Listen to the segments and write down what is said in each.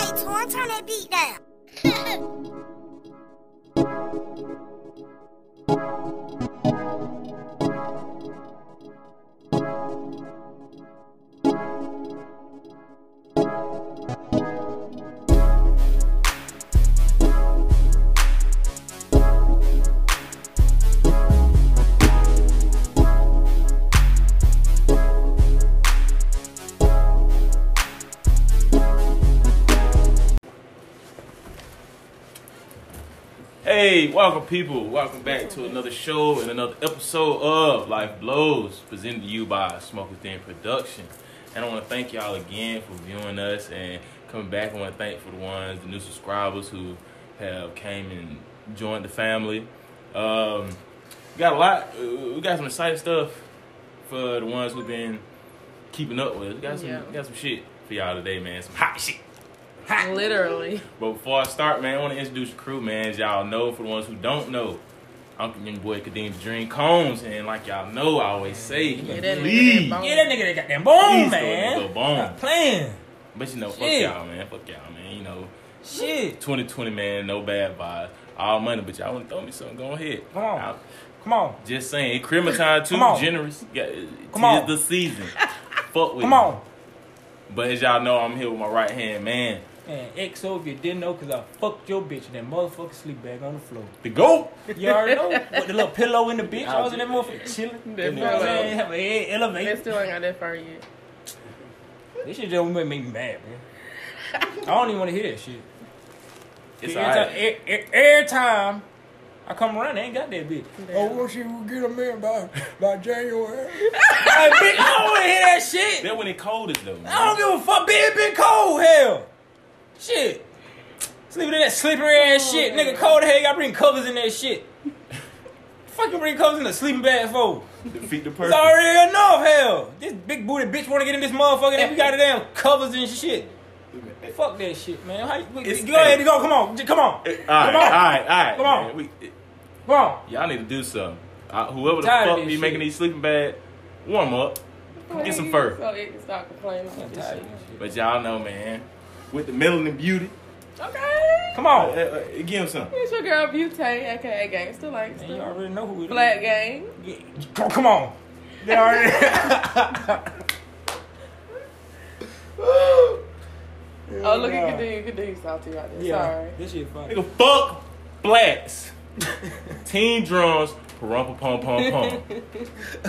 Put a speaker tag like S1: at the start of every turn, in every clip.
S1: on, turn that beat down.
S2: Hey, welcome people. Welcome back to another show and another episode of Life Blows, presented to you by Smokers Den Production. And I want to thank y'all again for viewing us and coming back. I want to thank for the ones, the new subscribers who have came and joined the family. Um, we got a lot. uh, We got some exciting stuff for the ones who've been keeping up with. us. We got some,
S3: Yeah.
S2: we got some shit for y'all today, man. Some hot shit. Hot.
S3: Literally.
S2: But before I start, man, I want to introduce the crew, man. As y'all know, for the ones who don't know, I'm your boy Kadeem the Dream Combs, and like y'all know, I always say,
S3: Get that nigga
S2: please,
S3: that bone.
S4: Yeah, that nigga that got that bone,
S2: please
S4: man.
S2: go, go bone.
S4: Stop playing.
S2: But you know, fuck
S4: Shit.
S2: y'all, man. Fuck y'all, man. You know,
S4: Shit.
S2: 2020, man, no bad vibes. All money, but y'all want to throw me something? Go ahead.
S4: Come on.
S2: I'm
S4: Come on.
S2: just saying, it criminal time too.
S4: Come on.
S2: Generous. Yeah,
S4: Come on.
S2: the season. fuck with
S4: Come
S2: me.
S4: on.
S2: But as y'all know, I'm here with my right hand man,
S4: Man, XO, if you didn't know, because I fucked your bitch in that motherfucking sleep bag on the floor.
S2: the goat.
S4: You already know. With the little pillow in the bitch. I was in that motherfucker chilling. You
S3: That
S4: know what I'm
S3: pillow.
S4: saying? Have a head
S3: They
S4: elevator.
S3: still ain't got that far yet.
S4: This shit just make me mad, man. I don't even want to hear that shit.
S2: It's
S4: every, time,
S2: alright.
S4: e- e- every time I come around, they ain't got that bitch.
S3: Oh,
S4: well, she will get a man by, by January. like, bitch, I don't want to hear that shit.
S2: That when it coldest though. Man.
S4: I don't give a fuck. Bitch, it been cold, hell. Shit. Sleeping in that slippery ass shit.
S3: Oh, man.
S4: Nigga, cold hell, you gotta bring covers in that shit. Fucking bring covers in the sleeping bag for.
S2: defeat the
S4: It's
S2: person.
S4: already enough, hell. This big booty bitch wanna get in this motherfucker and we got the damn covers and shit. Fuck that shit, man. How you,
S2: It's-
S4: go ahead and go. Come on. J- Come on.
S2: All right, all
S4: Come on.
S2: right, all right.
S4: Come on.
S2: man. We,
S4: Come on.
S2: y'all need to do something. Uh, whoever the
S4: Tired of
S2: fuck
S4: this
S2: be
S4: shit.
S2: making these sleeping bag, warm up. Get some fur.
S3: So it can stop complaining.
S4: I'm
S3: about this
S4: tired
S3: shit.
S4: of this shit.
S2: But y'all know, man, with the melanin beauty,
S3: Okay.
S4: Come
S2: uh,
S4: on.
S2: uh, uh, give him some.
S3: It's your girl Butane, aka Gangsta
S4: Man, you
S3: Langston.
S4: already know who it is.
S3: Black Gang.
S4: Yeah, Come come on. They already.
S3: Oh, look
S4: yeah.
S3: at Kadeem. Kadeem salty right there.
S4: yeah.
S3: Sorry.
S4: This shit funny.
S2: Nigga, fuck blacks. Team drums. Rumpa pum pum pum.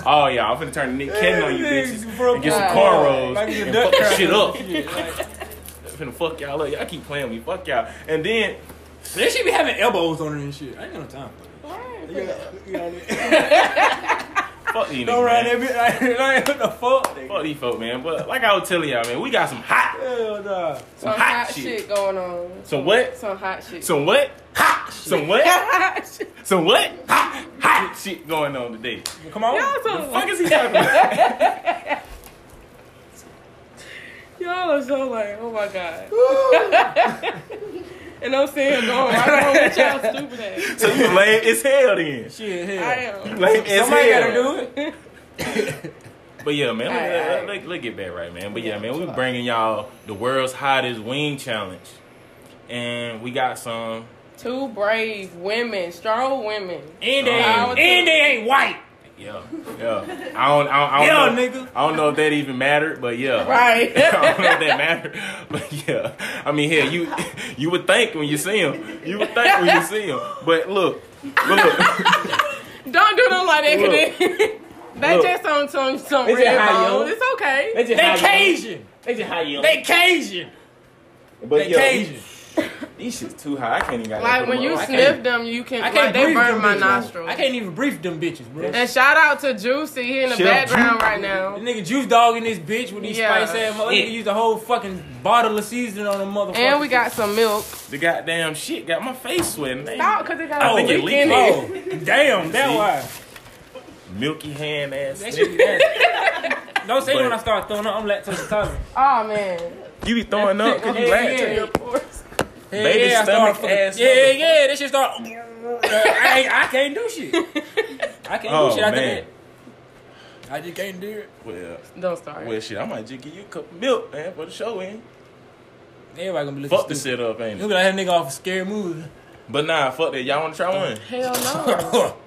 S2: Oh yeah, I'm finna turn the Nick Cannon on you bitches and get some cornrows
S4: Like it's a
S2: and
S4: duck
S2: fuck this shit
S4: curl.
S2: up. Finna fuck y'all up. Y'all keep playing with me. Fuck y'all. And then
S4: They should be having elbows on her and shit. I ain't got no time.
S3: Alright.
S2: fuck these niggas.
S4: Don't run
S2: man.
S4: that bitch. Like, what the fuck?
S2: Fuck these folk, man. But like I was telling y'all, man, we got some hot,
S4: Hell nah.
S3: Some
S2: hot
S3: hot
S2: shit.
S3: shit going on.
S2: some what,
S3: Some hot shit.
S2: some what, hot, some what,
S3: hot shit.
S2: some what, hot, hot shit going on today.
S4: Come on.
S3: Y'all so
S2: Oh, Fuck is he talking about?
S3: Y'all are so like, oh my god. and I'm saying going right on with y'all stupid ass.
S2: So you lame as hell then.
S4: Shit,
S3: I
S4: hell.
S3: am.
S2: Lame as
S4: Somebody gotta
S2: hell.
S4: do it.
S2: But yeah, man,
S3: All right,
S2: let-
S3: all
S2: let-
S3: right.
S2: let- let's get back right, man. But yeah, man, we bringing y'all the world's hottest wing challenge, and we got some.
S3: Two brave women, strong women.
S4: And they,
S2: Nah, I
S4: ain't,
S3: would
S4: and they ain't white.
S2: Yeah, yeah. I don't, I don't, I don't
S4: Yeah,
S2: know,
S4: nigga.
S2: I don't know if that even mattered, but yeah.
S3: Right.
S2: I don't know if that mattered, but yeah. I mean, hell, you you would think when you see him, you would think when you see him. But look, but look,
S3: Don't do them like that,
S2: Look.
S3: Kadeem. they
S2: Look.
S3: just on some some
S4: They just
S3: red
S4: high, yo.
S3: bone. It's okay.
S4: They Cajun.
S2: they just high you.
S4: They Cajun.
S2: but
S4: They Cajun.
S2: these shit's too high. I can't even. gotta
S3: like
S2: put
S3: when
S2: them
S3: you
S2: up. I
S3: sniff
S2: can't-
S3: them, you can.
S4: I
S3: like,
S4: can't
S3: they
S4: breathe
S3: burn
S4: them
S3: my
S4: bitches.
S3: nostrils.
S4: I can't even brief them bitches, bro.
S3: And shout out to Juicy, he in the
S2: Shut up,
S3: background right now.
S4: The nigga juice dogging this bitch with these
S3: Yeah.
S4: spicy ass mother. Nigga used a whole fucking bottle of seasoning on a motherfucker.
S3: And we got some milk.
S2: The goddamn shit got my face sweating. man.
S3: Stop, cause it got
S2: I
S3: a
S2: think it
S3: leak in
S2: leaked.
S3: it.
S4: Oh, damn,
S2: See?
S4: that why.
S2: Milky hand ass.
S4: That
S2: sniff.
S4: shit be nasty. Don't say
S2: But-
S4: when I start throwing up, I'm lactose intolerant.
S3: Oh man.
S2: You be throwing up because you
S4: Yeah,
S2: laugh.
S4: yeah. Yeah,
S2: Baby
S4: yeah, I
S2: stomach
S4: started fucking,
S2: ass
S4: Yeah,
S2: motherfucker.
S4: yeah, that shit start. I, ain't- I can't do shit. I can't
S2: Oh
S4: do shit after
S2: man.
S4: that. I just can't do it.
S2: Well,
S3: Don't start.
S2: well, shit. I might just give you a cup of milk, man, for the show in.
S4: Everybody gonna be looking
S2: Fuck the
S4: stupid.
S2: shit up, ain't
S4: Look
S2: it?
S4: at that nigga off a scary movie.
S2: But nah, fuck that. Y'all want to try one?
S3: Hell no.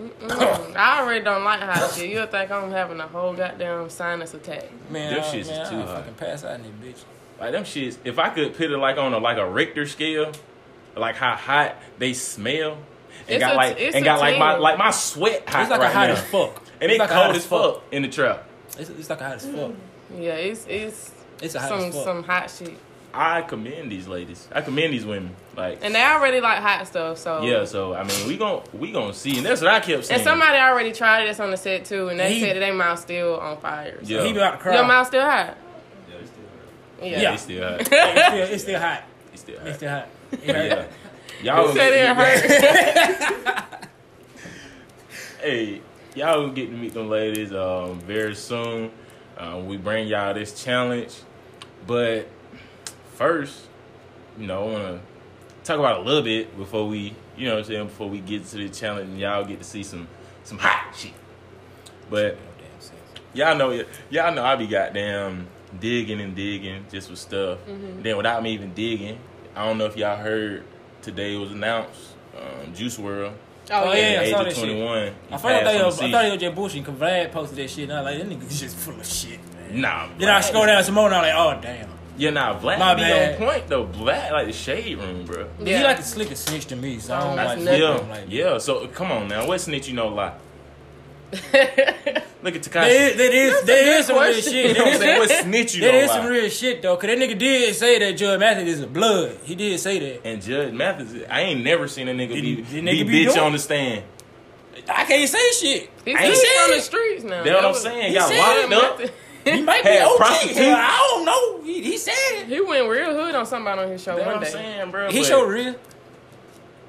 S3: Mm-mm. I already don't like hot shit. You'll think I'm having a whole goddamn sinus attack.
S4: man,
S2: Them
S4: I-
S2: shits is
S4: man, I
S2: too
S4: don't
S2: hot.
S4: fucking pass out in this bitch.
S2: Like them shits. If I could put it like on a like a Richter scale, like how hot they smell, and
S3: It's
S2: got
S3: a-
S2: like
S3: it's
S2: and
S3: a
S2: got like my
S3: ten.
S2: like my sweat hot
S4: It's like
S2: right
S4: a hot
S2: now.
S4: as fuck.
S2: And
S4: It's
S2: it
S4: like a hot
S2: cold as fuck. in the trap.
S4: It's, it's like a hot as fuck.
S3: Yeah, it's it's
S4: It's a hot
S3: some
S4: as fuck.
S3: some hot shit.
S2: I commend these ladies. I commend these women. Like
S3: And they already like hot stuff, so
S2: yeah. So I mean, we gon' we gon' see, and that's what I kept saying.
S3: And somebody already tried this on the set too, and they
S4: He-
S3: said that their mouth still on fire. So.
S2: Yeah.
S4: He be out the crowd.
S3: Your mouth still hot? Yeah.
S2: yeah, it's still hot.
S4: It's still, it's still hot.
S2: It's still
S4: It's
S2: hot.
S4: still hot. It hurt.
S2: Yeah. Y'all
S3: You said it hurt.
S2: hey, y'all will get to meet them ladies um, very soon. Um, we bring y'all this challenge, but first, you know, I want to talk about it a little bit before we, you know, what I'm saying before we get to the challenge, and y'all get to see some some hot shit. But
S4: No damn sense.
S2: y'all know, y'all know I be goddamn digging and digging just with stuff.
S4: Mm-hmm.
S2: Then without me even digging, I don't know if y'all heard today was announced um, Juice World.
S4: Oh, yeah, I
S2: age
S4: saw
S2: of
S4: that shit.
S2: 21. he
S4: I thought, I
S2: passed
S4: thought,
S2: on
S4: it
S2: the
S4: was, I
S2: season.
S4: thought it was Jay Bush and Vlad posted that shit, and I was like, that nigga just full of shit, man.
S2: Nah,
S4: Then I
S2: Vlad-
S4: scroll down some more, and I was like, oh, damn.
S2: Yeah, nah, Vlad
S4: My
S2: be
S4: bad.
S2: on point though. Vlad like the shade room, bro.
S4: But
S3: Yeah.
S4: He like a slick and snitch to me, so I don't
S3: That's
S4: like
S3: nothing.
S2: Yeah,
S4: him like that.
S2: yeah. So come on now, what snitch you know lie? Look at Takashi.
S4: There is, there is, there is some real
S3: question.
S4: shit.
S2: You know
S4: There
S2: what I'm saying?
S4: is,
S2: What snitch you
S4: there
S2: know
S4: is some
S2: lie?
S4: real shit though, cause that nigga did say that Joe Mathis is a blood. He did say that.
S2: and Judge Mathis, I ain't never seen a nigga be,
S4: The- the
S2: be,
S4: nigga be
S2: bitch
S4: doing-
S2: on the stand.
S4: I can't say shit.
S3: He's
S2: I ain't
S3: on
S4: saying-
S3: the streets now.
S2: That's what I'm
S3: was-
S2: saying.
S4: he
S2: Got
S4: said
S2: locked up.
S3: Nothing.
S4: He might be
S2: Had
S4: OT.
S2: prostitutes.
S4: Hell, I don't know. He, he said it.
S3: He went real hood on somebody on his show
S2: That's
S3: one
S2: what I'm
S3: day.
S2: saying, bro.
S4: He
S2: but
S4: showed real.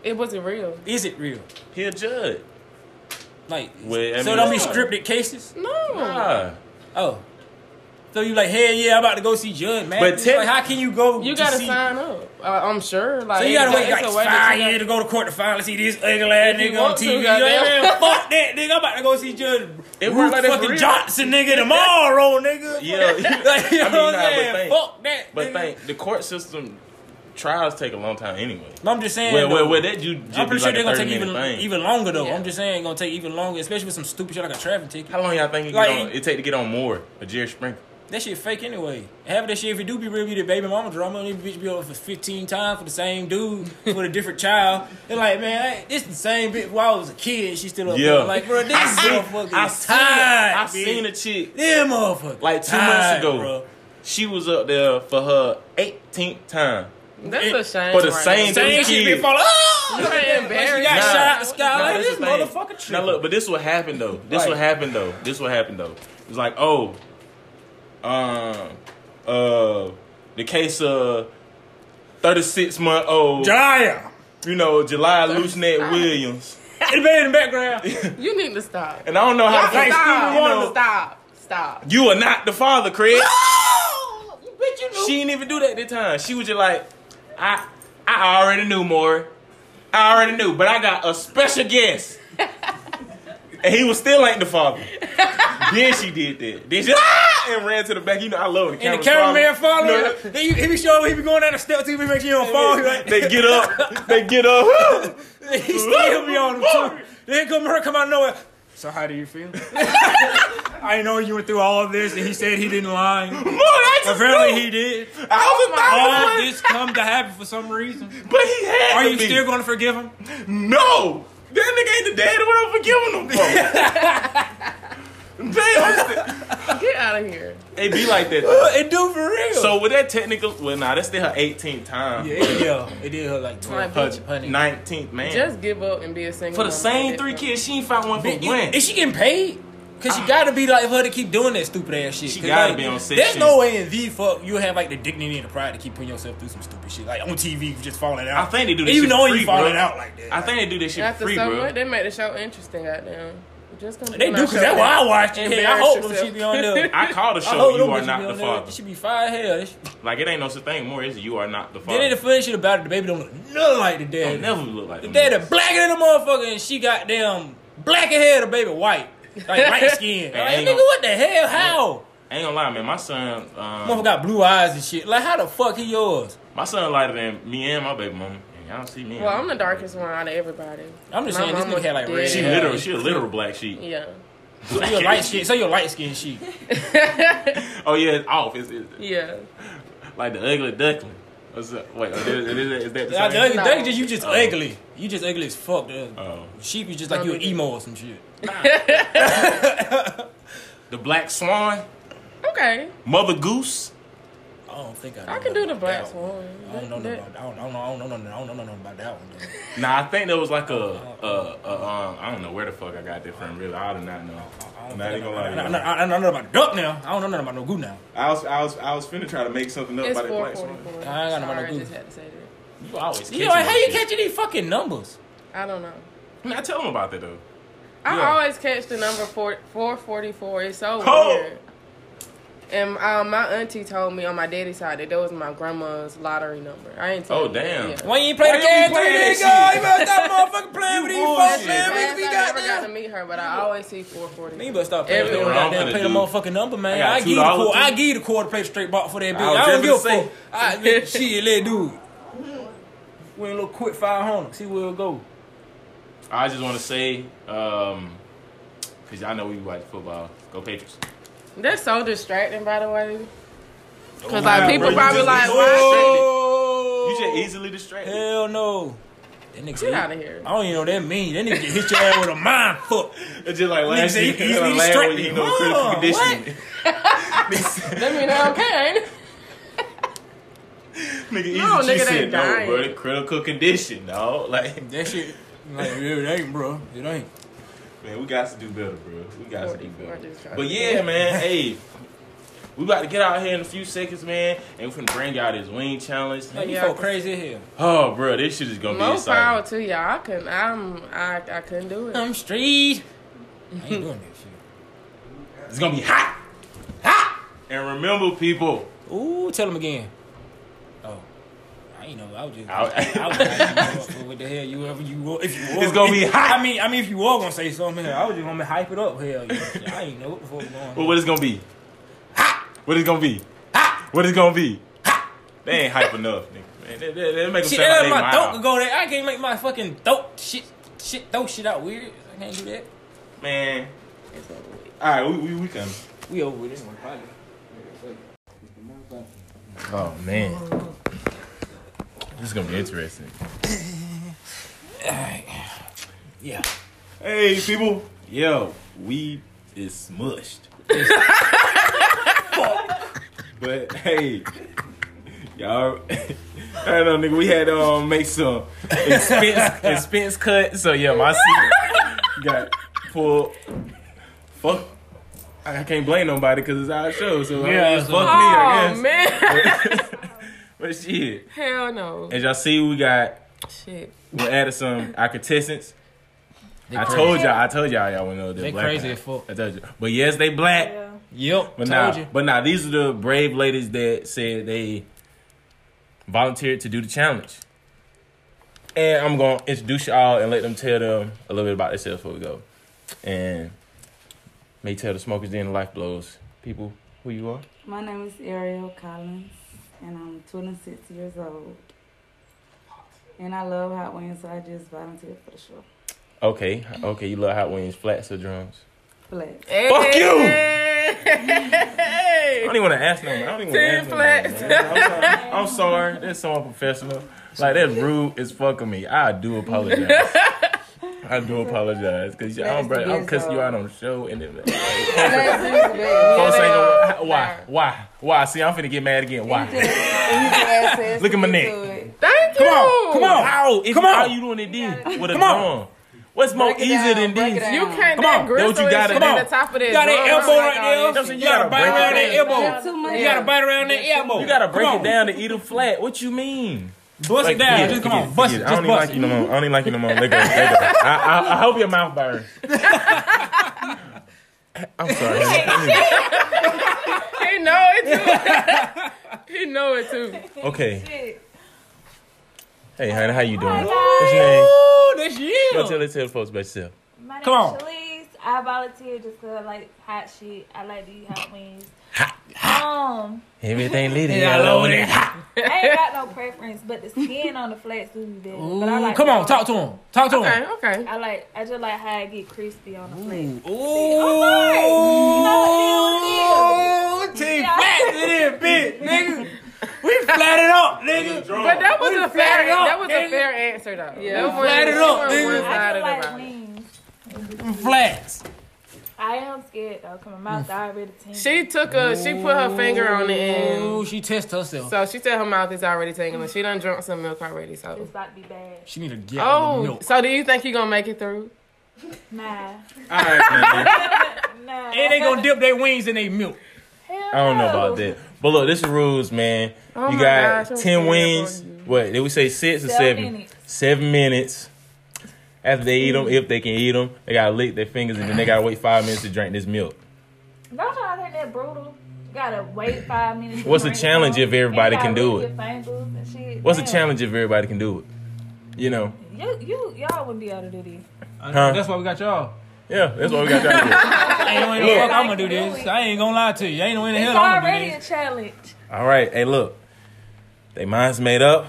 S3: It wasn't real.
S4: Is it real?
S2: He a judge.
S4: Like,
S2: Well, I
S4: so
S2: mean,
S4: don't be
S2: it's-
S4: scripted cases.
S3: No.
S2: Nah.
S4: Oh, so you like hell yeah? I'm about to go see Judge Mathis.
S2: tech-
S4: like, how can you go?
S3: You
S4: to
S3: gotta
S4: see-
S3: sign up. Uh, I'm sure. Like,
S4: So you gotta
S3: it's a-
S4: wait
S3: it's
S4: like
S3: a way that
S4: five
S3: you
S4: years to go to court to finally see this ugly ass
S3: If you
S4: nigga on
S3: want to,
S4: TV. You know
S3: goddamn.
S4: what I mean? Fuck that nigga. I'm about to go see Judge
S2: It
S4: it
S2: worked like that for
S4: fucking
S2: real.
S4: Johnson nigga tomorrow, nigga.
S2: Yeah.
S4: Like, you
S2: I mean,
S4: know what
S2: nah,
S4: I'm
S2: but
S4: saying?
S2: think-
S4: Fuck that.
S2: But
S4: nigga.
S2: think the court system trials take a long time anyway.
S4: I'm just saying.
S2: Well, well,
S4: though,
S2: well, that you just
S4: I'm
S2: be
S4: pretty sure
S2: like a
S4: they're gonna
S2: 30
S4: take even
S2: minute thing.
S4: even longer though.
S3: Yeah.
S4: I'm just saying, gonna take even longer, especially with some stupid shit like a traffic ticket.
S2: How long y'all think it,
S4: Like-
S2: get on, it take to get on more a Jerry Sprinkle?
S4: That shit fake anyway. Half of that shit, if it do be real, be the baby mama drama. And this bitch be over for 15 times for the same dude with a different child. They're like, man, I- it's the same bitch while I was a kid. She still up
S2: Yeah.
S4: there. Like, bro, this
S2: I seen-
S4: motherfucker
S2: I
S4: is
S2: seen,
S4: tired.
S2: I seen a chick
S4: Them motherfucker.
S2: like two
S4: tired,
S2: months ago.
S4: bro.
S2: She was up there for her 18th time.
S3: That's a shame.
S2: For the
S3: right
S2: same thing.
S3: now.
S4: Same shit
S2: kids.
S4: be falling. Oh!
S3: You ain't
S4: Like, she
S3: embarrassed.
S4: got
S2: Nah.
S4: shot out the sky.
S2: Nah,
S4: Like,
S2: that's
S4: this
S2: the thing.
S4: motherfucker
S2: Now
S4: tripping.
S2: look, but this what happened though. This
S4: Right.
S2: what happened though. This what happened though. It's like, oh, um, uh, the case of 36 month old,
S4: Jaya.
S2: you know, July Lucinet Williams.
S4: It been in the background.
S3: You need to stop.
S2: And I don't know how
S3: Y'all
S2: to play
S3: stop.
S2: Stevie Wonder.
S3: Stop. Stop.
S2: You are not the father, Craig.
S4: Oh! Bitch, you knew.
S2: She didn't even do that this time. She was just like, I I already knew more. I already knew, but I got a special guest. and he was still ain't the father. then she did that. Then she ah! and ran to the back. You know, I love when the
S4: and the
S2: camera's
S4: cameraman following
S2: You know,
S4: her. He, he be showing, he be going down the steps, he be making sure you don't fall. He like,
S2: they get up. They get up.
S4: He still be on them too. Then come her come out of nowhere. So how do you feel? I know you went through all of this, and he said he didn't lie.
S2: Lord, I just
S4: Apparently
S2: knew.
S4: he did.
S2: I was
S4: All
S2: about
S4: of
S2: to
S4: this come to happen for some reason.
S2: but he had
S4: Are
S2: to
S4: you
S2: be.
S4: still going to forgive him?
S2: No! That nigga ain't the daddy what I'm forgiving him for. Damn,
S3: Get out of here.
S2: they be like that. though.
S4: It do for real.
S2: So with that technical, well, nah, that's still her 18th time.
S4: yeah, it, yeah, it did her like twelve.
S2: Her
S4: bitch, honey.
S2: 19th man.
S3: Just give up and be a single.
S2: for the
S3: mom.
S2: same
S3: That's
S2: three
S3: it.
S2: kids, she ain't found one for
S4: But you-
S2: one.
S4: Is she getting paid? Cause she gotta be like for her to keep doing that stupid ass shit.
S2: She
S4: 'Cause,
S2: gotta
S4: like,
S2: be on set
S4: There's
S2: shit.
S4: no way in the fuck you have like the dignity and the pride to keep putting yourself through some stupid shit like on TV you just falling
S2: I
S4: out.
S2: think they do this
S4: Even
S2: shit
S4: though
S2: free,
S4: you falling
S2: bro.
S4: out like that,
S2: I
S4: like,
S2: think they do this shit
S3: After
S2: free,
S3: so
S2: bro.
S3: much, they make the show interesting. Goddamn. Just gonna
S4: they do cause that's why I watch it. Hell, I hope them
S3: Embarrass
S4: shit be on there.
S2: I call the
S4: I
S2: show
S4: hope
S2: "You
S4: them
S2: Are
S4: bitches
S2: Not
S4: be
S2: the
S4: on there.
S2: Father."
S4: It should be fire hell. That shit-
S2: Like it ain't no such thing more. It's "You Are Not the
S4: Then
S2: Father." Oh,
S4: the funny shit about it, the baby don't look nothing like the
S2: They
S4: dad.
S2: never look like
S4: The
S2: them.
S4: dad is blacker than the motherfucker, and she got damn black hair. The baby white, like light skin.
S2: Hey, I
S4: Like,
S2: ain't
S4: nigga,
S2: gonna-
S4: what the hell? How?
S2: I ain't gonna lie, man. My son, um,
S4: Motherfucker got blue eyes and shit. Like how the fuck he yours?
S2: My son lighter than me and my baby mama. And y'all see me. and
S3: Well,
S2: my
S3: I'm the
S2: baby
S3: darkest one out of everybody.
S4: I'm just
S3: My
S4: saying this
S3: mama
S4: nigga had like
S3: did.
S4: red.
S2: She
S4: hair.
S2: literal. She a literal black sheep.
S3: Yeah.
S4: So you a light skin. So you a light skin sheep.
S2: Oh yeah, it's off. It's, it's
S3: yeah.
S2: like the ugly duckling. What's up? Wait, is that, is that
S4: I
S2: the
S4: tell
S2: same?
S4: you,
S3: No.
S4: that- you just
S2: Oh.
S4: ugly. You just ugly as fuck. dude.
S2: Oh,
S4: Sheep is just like
S3: No,
S4: you an
S3: nigga.
S4: emo or some shit.
S2: the black swan,
S3: Okay.
S2: mother goose.
S4: I don't think I. Know
S3: I can do the
S4: about
S3: black
S4: that one.
S3: swan.
S4: I don't know
S3: That-
S4: nothing about. I don't, I don't know. I don't know nothing. I don't know nothing about that one. dude.
S2: Nah, I think there was like a, a, a um, I don't know where the fuck I got that from. Really, I do not know.
S4: I don't
S2: Nah,
S4: think
S2: you gonna
S4: I,
S2: lie
S4: know-
S2: to
S4: I,
S2: you.
S4: know- I, know nothing about duck now. I don't know nothing about no goo now.
S2: I was, I was, I was finna try to make something up
S3: It's
S2: about that black
S3: 444.
S2: swan.
S4: I ain't got no
S3: Sorry,
S4: money
S3: I
S4: to do
S3: just
S4: that.
S3: had to say that.
S2: You always,
S4: You know how you
S2: shit.
S4: catching these fucking numbers?
S3: I don't know.
S2: I mean, I tell them about that though.
S3: I
S2: Yeah.
S3: always catch the number four, 444. It's so
S2: Oh.
S3: weird. And um, my auntie told me on my daddy's side that that was my grandma's lottery number. I ain't tell
S2: Oh,
S3: you that,
S2: damn.
S3: yeah.
S4: Why you ain't play
S2: Why
S4: the
S2: you ain't
S4: game three
S2: play that
S4: days
S2: shit?
S4: ago? You better stop motherfucking playing with these folks,
S2: bullshit.
S4: man.
S3: Last
S4: We, we
S3: I
S4: got
S3: never got to
S4: them.
S3: meet her, but I always see 440.
S4: You better stop playing with them.
S3: Everywhere.
S4: Goddamn, play the
S2: Dude.
S4: motherfucking number, man.
S2: I got
S4: I, give you the
S2: $2
S4: quarter.
S2: too.
S4: I give you the quarter play straight ball for that
S2: I
S4: bitch.
S2: was
S4: I, don't give a
S2: just gonna
S4: fuck. I man, shit, let do. We a little quick five hundred. See where it go.
S2: I just want to say, um, cause y'all know we watch football. Go Patriots.
S3: That's so distracting, by the way. Because,
S2: wow,
S3: like, people
S2: bro, you
S3: probably
S2: just-
S3: like, why?
S4: Oh,
S2: You just easily distracted.
S4: Hell no. That nigga,
S3: Get outta here.
S4: I don't even know what that mean. That nigga get hit your ass with a mind fuck.
S2: It's just like
S4: Niggas
S2: last
S4: say
S2: year,
S4: you easily
S2: like last
S4: distracted.
S2: week, you know,
S4: Huh,
S2: critical
S4: what?
S2: conditioning.
S3: That mean I don't care.
S2: nigga, easy
S3: No,
S2: G
S3: nigga, they
S2: said, no,
S3: dying.
S2: bro, the critical condition, dog. Like,
S4: That shit, like, it ain't, bro. It ain't.
S2: man, we got to do better, bro. We got to do
S3: 44,
S2: better.
S3: just try
S2: But
S3: to-
S2: yeah, man, hey, we about to get out here in a few seconds, man, and we're gonna bring out this wing challenge.
S4: Like, you
S3: Yeah.
S4: so crazy here.
S2: Oh, bro, this shit is gonna be
S3: Most power
S2: exciting.
S3: to y'all. I couldn't, I'm, I, I couldn't do it.
S4: I'm street. I ain't doing that shit.
S2: It's gonna be hot, hot. And remember, people,
S4: Ooh, tell him again. Oh. I ain't know. I was just. I,
S2: I-
S4: was- I, was like, you know, what the hell? You ever you were- if you were,
S2: It's gonna be hot.
S4: I mean, I mean, if you were gonna say something, hell, I was just gonna hype it up. Hell, yeah. I ain't know what the fuck was going. on.
S2: well, what it's gonna be? Hot. What it's gonna be? Hot. What it's gonna be? Hot. They ain't hype enough, nigga. Man, they, they, they make them
S4: Shit,
S2: sound like
S4: that
S2: they
S4: my throat
S2: mild.
S4: could go there. I can't make my fucking throat shit, shit, throw shit out weird. I can't do that.
S2: Man,
S3: It's over with.
S2: all right, we we, we come.
S4: We over with this one, probably.
S2: Oh man, this is gonna be interesting.
S4: Yeah.
S2: Hey people, yo, we is smushed. but hey, y'all, I don't know, nigga. We had to um, make some expense expense cut. So yeah, my seat got pulled. Fuck. I I can't blame nobody because it's our show, so oh, yeah,
S4: Yeah,
S2: fuck
S4: so-
S2: me, I
S3: Oh,
S2: guess.
S3: man.
S2: But shit,
S3: Hell no.
S2: as y'all see, we got
S3: Shit.
S2: we added some our contestants.
S4: They
S2: I
S4: crazy.
S2: told y'all, I told y'all, y'all would know they're
S4: They
S2: black.
S4: crazy as fuck.
S2: I told you, but yes, they black.
S4: Yep.
S2: But
S4: told
S2: now,
S4: you.
S2: but now, these are the brave ladies that said they volunteered to do the challenge. And I'm gonna introduce y'all and let them tell them a little bit about themselves before we go. And may tell the smokers then the life blows people who you are.
S1: My name is Ariel Collins, and I'm 26 years old. And I love hot wings, so I just volunteered for the show.
S2: Okay, okay, you love hot wings, flats or drums.
S1: Flat.
S2: Fuck you! I
S3: Hey.
S2: don't even want to ask them. I don't even
S3: Team
S2: want to ask them. I'm sorry. I'm sorry. That's so unprofessional. Like that's rude as fuck of me. I do apologize. I do apologize because I'm,
S1: That's the
S2: bro, I'm
S1: biz,
S2: cussing you
S1: though.
S2: out on the show and then
S1: Flat is the best.
S2: folks ain't
S3: Yeah,
S2: gonna- why why why. See, I'm finna get mad again. Why?
S1: Why?
S2: Look at my neck.
S3: Thank
S4: Come
S3: you.
S4: on, come on.
S2: How? If
S4: Come
S2: How
S4: on.
S2: you doing it then with a
S4: Come on.
S2: drum? What's more
S1: Break it
S2: easier
S1: down,
S2: than
S1: break it
S2: this?
S1: down.
S3: You can't
S4: Come
S3: that
S4: on.
S2: That
S3: gristle
S2: what you
S3: and
S2: gotta-
S3: shit
S2: come
S3: at
S4: on.
S3: the top of that.
S4: You got that
S3: drum.
S4: elbow
S3: I'm like,
S4: right
S3: oh,
S4: there.
S2: shit.
S4: You gotta bite around that elbow.
S1: Too much.
S4: You gotta bite around that elbow.
S2: You gotta break
S4: Come
S2: it
S4: on.
S2: down to eat a flat. What you mean?
S4: Bust it down.
S2: forget
S4: Just come
S2: forget
S4: on. Bust it.
S2: forget
S4: Just
S2: I don't even like
S4: bust it.
S2: you no more. I don't even like you no more. Let go. Let go. I, I, I hope your mouth burns. I'm sorry.
S3: "Oh, He know it too. he know it too.
S2: Okay.
S1: Shit.
S2: Hey, honey, how you doing?
S1: Hi, guys.
S2: What's your name?
S4: Ooh, that's
S2: Go tell
S4: you.
S2: the tell the folks about yourself.
S1: My name
S4: Come on.
S1: is Shalise. I volunteer just because I like hot shit. I like to eat hot wings.
S5: Um,
S6: Everything leading
S2: Yeah, I
S6: y'all
S2: love
S6: over
S2: it.
S6: there. Ha!
S5: I ain't got no preference, but the skin on the flats do me bad. but I
S4: Ooh,
S5: like
S4: come on,
S5: the-
S4: talk to him. Talk to
S3: Okay,
S4: him.
S3: okay.
S5: I like. I just like how it get crispy on the flats.
S4: Ooh,
S5: alright.
S4: team
S5: Yeah.
S4: flat in this bitch, nigga. We flatted up, nigga.
S3: But that was
S4: We
S3: a
S4: flat
S3: fair.
S4: it up,
S3: That was a
S4: nigga.
S3: fair answer though.
S1: Yeah.
S3: That
S1: We
S3: was-
S4: flat it
S3: you
S4: up,
S3: weren't
S4: nigga.
S3: one-sided
S5: I just
S3: about it.
S5: like wings.
S4: Them Flats.
S5: I am scared though, cause my mouth already tingling.
S3: She took a. She put her finger on it
S4: Ooh,
S3: and.
S4: she tested herself.
S3: So she said her mouth is already tingling. She done drunk some milk already. So.
S5: It's about to be bad.
S4: She need to get oh,
S3: Oh,
S4: milk.
S3: so do you think you gonna make it through?
S5: Nah,
S2: All right, man.
S5: nah.
S4: And they gonna dip their wings in their milk.
S5: Hell
S2: I don't know
S5: no.
S2: about that. But look, this is rules, man.
S3: Oh
S2: you got
S3: my gosh, I'm scared
S2: ten
S3: for
S2: wings.
S3: you.
S2: What did we say? Six or
S5: Seven
S2: seven?
S5: minutes.
S2: Seven minutes. After they eat them, if they can eat them, they gotta lick their fingers and then they gotta wait five minutes to drink this milk.
S5: Don't y'all think that brutal? You gotta wait five minutes. to
S2: What's the
S5: drink
S2: challenge
S5: some.
S2: if everybody
S5: You gotta
S2: can do
S5: lick
S2: it?
S5: your fingers and shit.
S2: What's the
S5: Damn.
S2: challenge if everybody can do it? You know,
S5: You, you, y'all wouldn't be able to do this.
S2: Huh?
S4: That's why we got y'all.
S2: yeah, that's what we got trying to
S4: I ain't no way the
S2: Look.
S4: fuck I'm gonna do this. I ain't gonna lie to you. I ain't no way in the
S5: It's
S4: hell I'm gonna
S5: already
S4: do
S5: a
S4: this.
S5: challenge.
S2: do. All right, hey, look, they minds made up,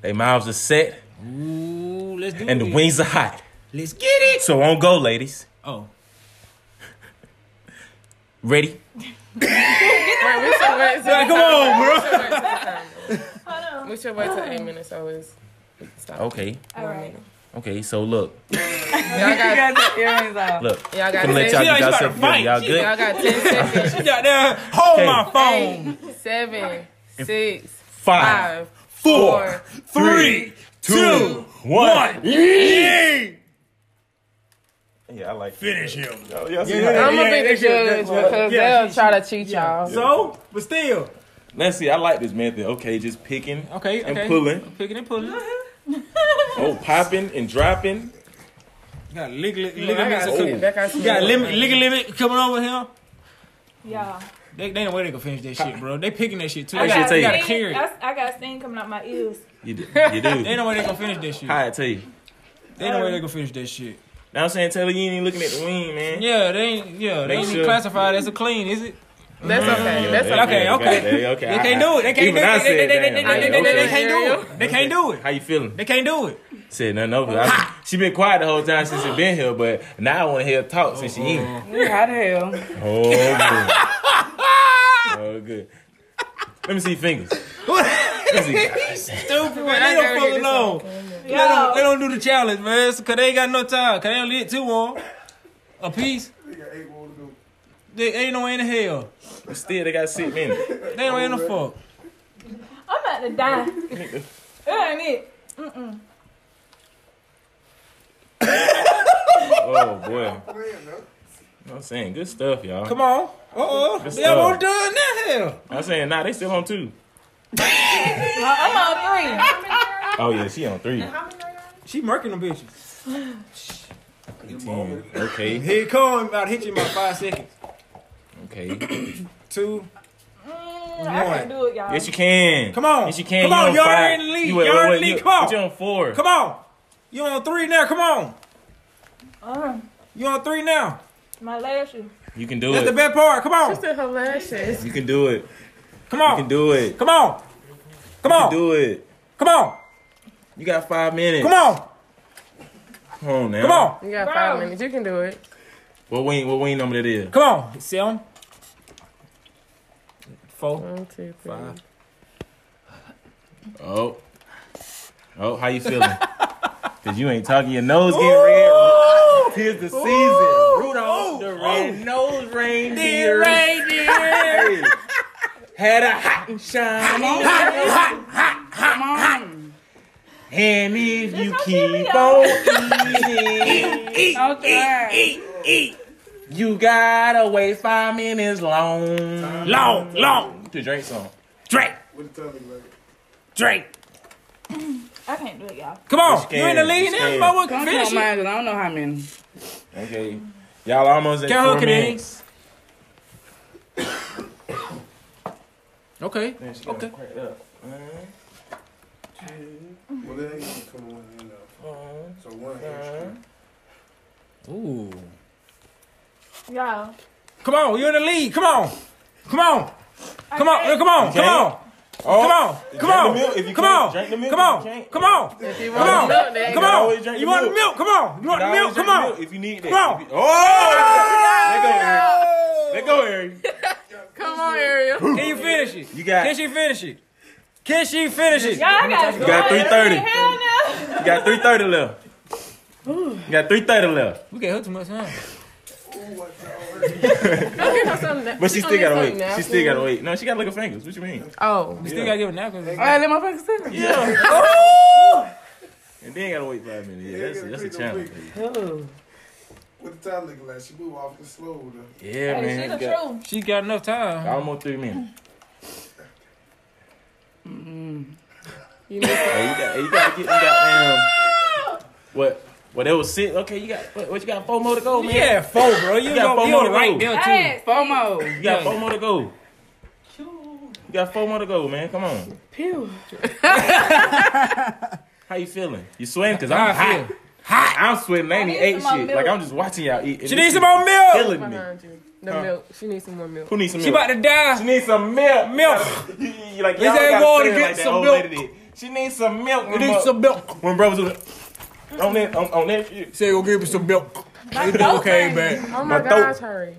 S2: they mouths are set,
S4: Ooh, let's do
S2: and the
S4: this.
S2: wings are hot.
S4: Let's get it.
S2: So on go, ladies.
S4: Oh,
S2: Ready?
S3: Wait, we should wait. till-
S4: come on,
S3: we should wait till
S4: bro.
S3: the time.
S5: Hold on.
S3: We should wait till eight minutes. So it's stop.
S2: Okay,
S5: All right.
S2: okay. So look,
S3: Y'all
S1: You
S3: got.
S1: got your earrings off.
S2: look.
S3: Y'all got.
S2: I'm gonna let
S3: 10
S2: y'all get
S4: She
S2: y'all
S4: about to
S2: stuff together.
S4: fight.
S2: Y'all good?
S3: Y'all got ten seconds.
S4: She got there. Hold
S2: Okay.
S4: my phone.
S3: Eight, seven, six,
S2: Five,
S3: five, four.
S4: Three, two, one.
S2: Yeah, I like Oh,
S4: Finish him.
S3: I'm gonna
S4: Yeah,
S3: be the
S4: that's it,
S3: judge
S4: that's right.
S3: because
S4: Yeah,
S3: they'll try to cheat y'all.
S4: So, but still.
S2: Let's see. I like this method. Okay, just picking
S4: Okay,
S2: and
S4: okay.
S2: pulling.
S4: Picking and pulling.
S2: Oh, popping and dropping.
S4: Got ligaments.
S3: I gotta
S2: Ooh.
S3: sit back out
S4: You got
S3: some-
S4: limit, ligament limit coming over here.
S5: Y'all.
S4: They, they know where they gonna finish that shit, bro. They picking that shit too.
S5: I
S4: They
S2: should
S5: got,
S2: tell
S4: gotta,
S2: you.
S4: you gotta
S5: steam-
S4: clear it.
S5: I, I got steam coming out my ears.
S2: You do. You
S4: They
S2: do.
S4: know where they gonna finish that shit.
S2: Hi, I tell you.
S4: They know where they gonna finish that shit.
S2: Now I'm saying, Taylor, you ain't even looking at the wing, man.
S4: Yeah, they ain't. Yeah, they
S2: Make
S4: ain't
S2: sure.
S4: classified as a clean, is it?
S3: That's okay. That's
S4: Okay,
S3: okay.
S4: okay.
S2: okay, okay.
S4: They can't do it. They can't
S2: Even
S4: do
S2: I
S4: it. They- they-
S2: said,
S4: they- they-
S2: damn,
S4: they- they-
S2: man,
S4: they- they
S2: okay.
S4: can't do it. They can't do it.
S2: How you feeling?
S4: They can't do it.
S2: Said nothing over. I- She been quiet the whole time since she been here, but now I want to hear her talk since she eating.
S1: We how the hell?
S2: Oh, good. Oh, good. Let me see your fingers. Let me see.
S4: Stupid, man. They don't fucking know. They don't, they don't do the challenge, man. It's Cause they ain't got no time. Cause they don't live too long. A piece. They ain't no way in the hell.
S2: Still, they got six minutes.
S4: They ain't no way in the fuck.
S5: I'm about to die. it ain't it.
S2: Oh boy. I'm saying good stuff, y'all.
S4: Come on. Uh oh.
S2: Good
S4: They
S2: stuff.
S4: almost done that hell.
S2: I'm saying nah, they still on two.
S5: I'm on three.
S2: Oh yeah, she on three.
S4: Uh-huh. She murking them bitches.
S2: Ten. Okay,
S4: Here it come. About to hit you in about five seconds.
S2: okay.
S4: Two.
S5: Mm, I can't do it, y'all.
S2: Yes, you can.
S4: Come on.
S2: Yes, you can.
S4: Come
S2: You
S4: on, y'all
S2: five.
S4: in the lead.
S2: You wait,
S4: Y'all
S2: wait,
S4: in
S2: wait,
S4: the lead.
S2: you-
S4: Come on.
S2: but You on four.
S4: Come on. You on three now. Come on.
S5: Uh,
S4: You on three now.
S5: my lashes.
S2: You can do
S4: That's the
S2: it.
S4: best part. Come on.
S3: Her lashes.
S2: You can do it. You
S4: Come on.
S2: can do it. You
S4: Come on.
S2: can
S4: Come on.
S2: do it.
S4: Come on.
S2: You got five minutes.
S4: Come on.
S2: Come on now.
S4: Come on.
S3: You got five
S5: Bro.
S3: minutes. You can do it.
S2: What wing? What wing number that is?
S4: Come on. Seven. Four.
S3: One, two, three.
S2: Five. Oh. Oh, how you feeling? Cause you ain't talking. Your nose getting red. Tis the season. Rudolph the
S4: Oh.
S2: red nose reindeer. Hey. Had a hot and shiny.
S1: Come on.
S2: And if you keep
S5: go.
S2: on eating,
S1: Don't cry.
S2: you gotta wait five minutes long.
S4: Long. Long.
S2: To drink some.
S4: Drake. Drake.
S5: I can't do it, y'all.
S4: Come
S2: Yes,
S4: on.
S2: you
S4: You in the
S2: can.
S4: lead
S2: Yes, you
S4: now.
S2: can.
S4: Come on.
S1: Don't
S4: Finish
S1: count
S4: it.
S1: mine 'cause I don't know how many.
S2: Okay. Y'all almost at
S4: Count her,
S2: four
S4: Canadian.
S2: minutes.
S4: Okay. Okay.
S7: Well, it ain't gonna come on in though. So one extra.
S4: Ooh.
S5: Y'all.
S4: Come on. You in the lead. Come on. Come on. Come on, come on, come on.
S2: Oh.
S4: Come on, come on, come on, come on, come on,
S3: If you
S4: come
S3: want
S4: on,
S3: to milk, there you
S4: come
S3: go.
S2: Always
S4: on.
S2: drink
S4: You
S2: the
S4: want the
S2: milk.
S4: milk? Come on. You want the milk? Come on.
S2: If you need that.
S4: Come on.
S2: If you- Oh! Let go, Eric. Let go, Eric.
S3: Come on, Ariel.
S4: Can you finish it?
S2: You got,
S4: Can she finish it? Can she finish it?
S5: Y'all got,
S2: you got 330. You
S5: Hell no.
S2: got 330 left. You got 330 left.
S4: We gave her too much time.
S3: Don't give her something that-
S2: But she
S4: Oh,
S3: you
S2: still
S3: don't
S2: gotta
S3: need
S2: wait. She
S3: something
S2: still gotta
S3: nasty.
S2: wait. No, she gotta look at fingers. What you mean?
S3: Oh.
S4: You still gotta give her napkins.
S1: All right, let my fucking sit.
S2: Yeah.
S4: Oh!
S2: and then gotta wait five minutes. Yeah, that's, that's a challenge.
S1: Ooh.
S7: What the time looking like? She move off and slow though.
S2: Yeah,
S5: Hey,
S2: man.
S5: she the
S2: you got
S5: truth.
S4: She got enough time.
S2: Almost three minutes.
S5: Mm-hmm.
S3: You need to-
S2: Hey, you got, hey, you got to get you got, um, what? Well, that was six. Okay, you got what, what? You got four more to go, Oh, man.
S4: Yeah, four, bro. You,
S2: You got four
S4: got go, you
S2: more
S4: on the
S2: to
S4: right
S2: go.
S4: there too.
S5: Hey,
S1: FOMO.
S2: You got four more to go. You got four more to go, man. Come on.
S1: Pew.
S2: How you feeling? You sweating? Cause
S4: How
S2: I'm
S4: I
S2: hot.
S4: feel?
S2: Hot. I'm sweating. I ain't
S5: I need
S2: ate
S5: some more
S2: shit.
S5: milk.
S2: Like I'm just watching y'all eat. and
S4: She
S2: this
S4: needs
S2: is
S4: some more milk.
S2: Killing me.
S3: behind you. The
S2: Huh?
S3: milk. She needs some more milk.
S2: Who needs some milk?
S4: She about to
S2: She
S4: die.
S2: needs some milk.
S4: Milk.
S2: You- you- you like
S4: This
S2: y'all
S4: ain't
S2: gotta
S4: water,
S2: say it
S4: get
S2: like that
S4: some
S2: old
S4: milk.
S2: lady did. She needs some milk.
S4: You
S2: When,
S4: need
S2: bro-
S4: some milk.
S2: when bro was doing on that on, on that shit.
S4: Say, go give me some milk.
S5: My
S4: It
S5: throat
S4: okay,
S5: hurting.
S4: man.
S3: Oh
S2: My
S3: my
S2: throat.
S3: gosh, hurry.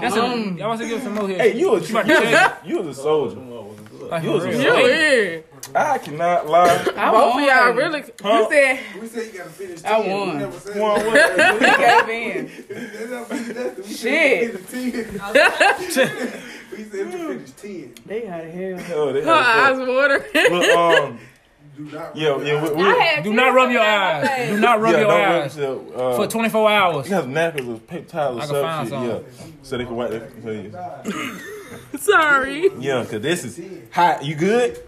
S4: That's a, I want to give her some more here.
S2: Hey, you a
S4: She about to
S2: you, you was a soldier.
S4: Like,
S2: You was
S4: for
S2: a
S4: real.
S3: You
S2: soldier.
S3: is.
S2: I cannot lie.
S1: I
S3: Both of
S1: won.
S3: y'all really.
S1: You said
S7: We said you gotta finish.
S1: I
S7: 10.
S1: won.
S7: We never said
S2: One
S7: that.
S2: word.
S1: you gave in.
S7: That's not- that's not- we
S1: Shit.
S7: said you finish 10. We said you finish ten.
S1: They out of hell.
S2: Oh, they
S3: Her eyes
S2: had
S3: watering.
S2: Look, um,
S7: Do not.
S2: yeah, yeah, we, we,
S5: I had
S4: Do
S5: tears
S4: not rub your
S5: coming out my
S4: eyes.
S5: face.
S4: Do not rub
S2: yeah,
S4: your
S2: don't rub
S4: eyes
S2: yourself. Uh,
S4: for 24 hours.
S2: you have napkins with paper towels
S4: I
S2: or
S4: can
S2: some
S4: find
S2: shit,
S4: some.
S2: yeah, so they can wipe their face.
S3: Sorry.
S2: Yeah, cause this is hot. You good?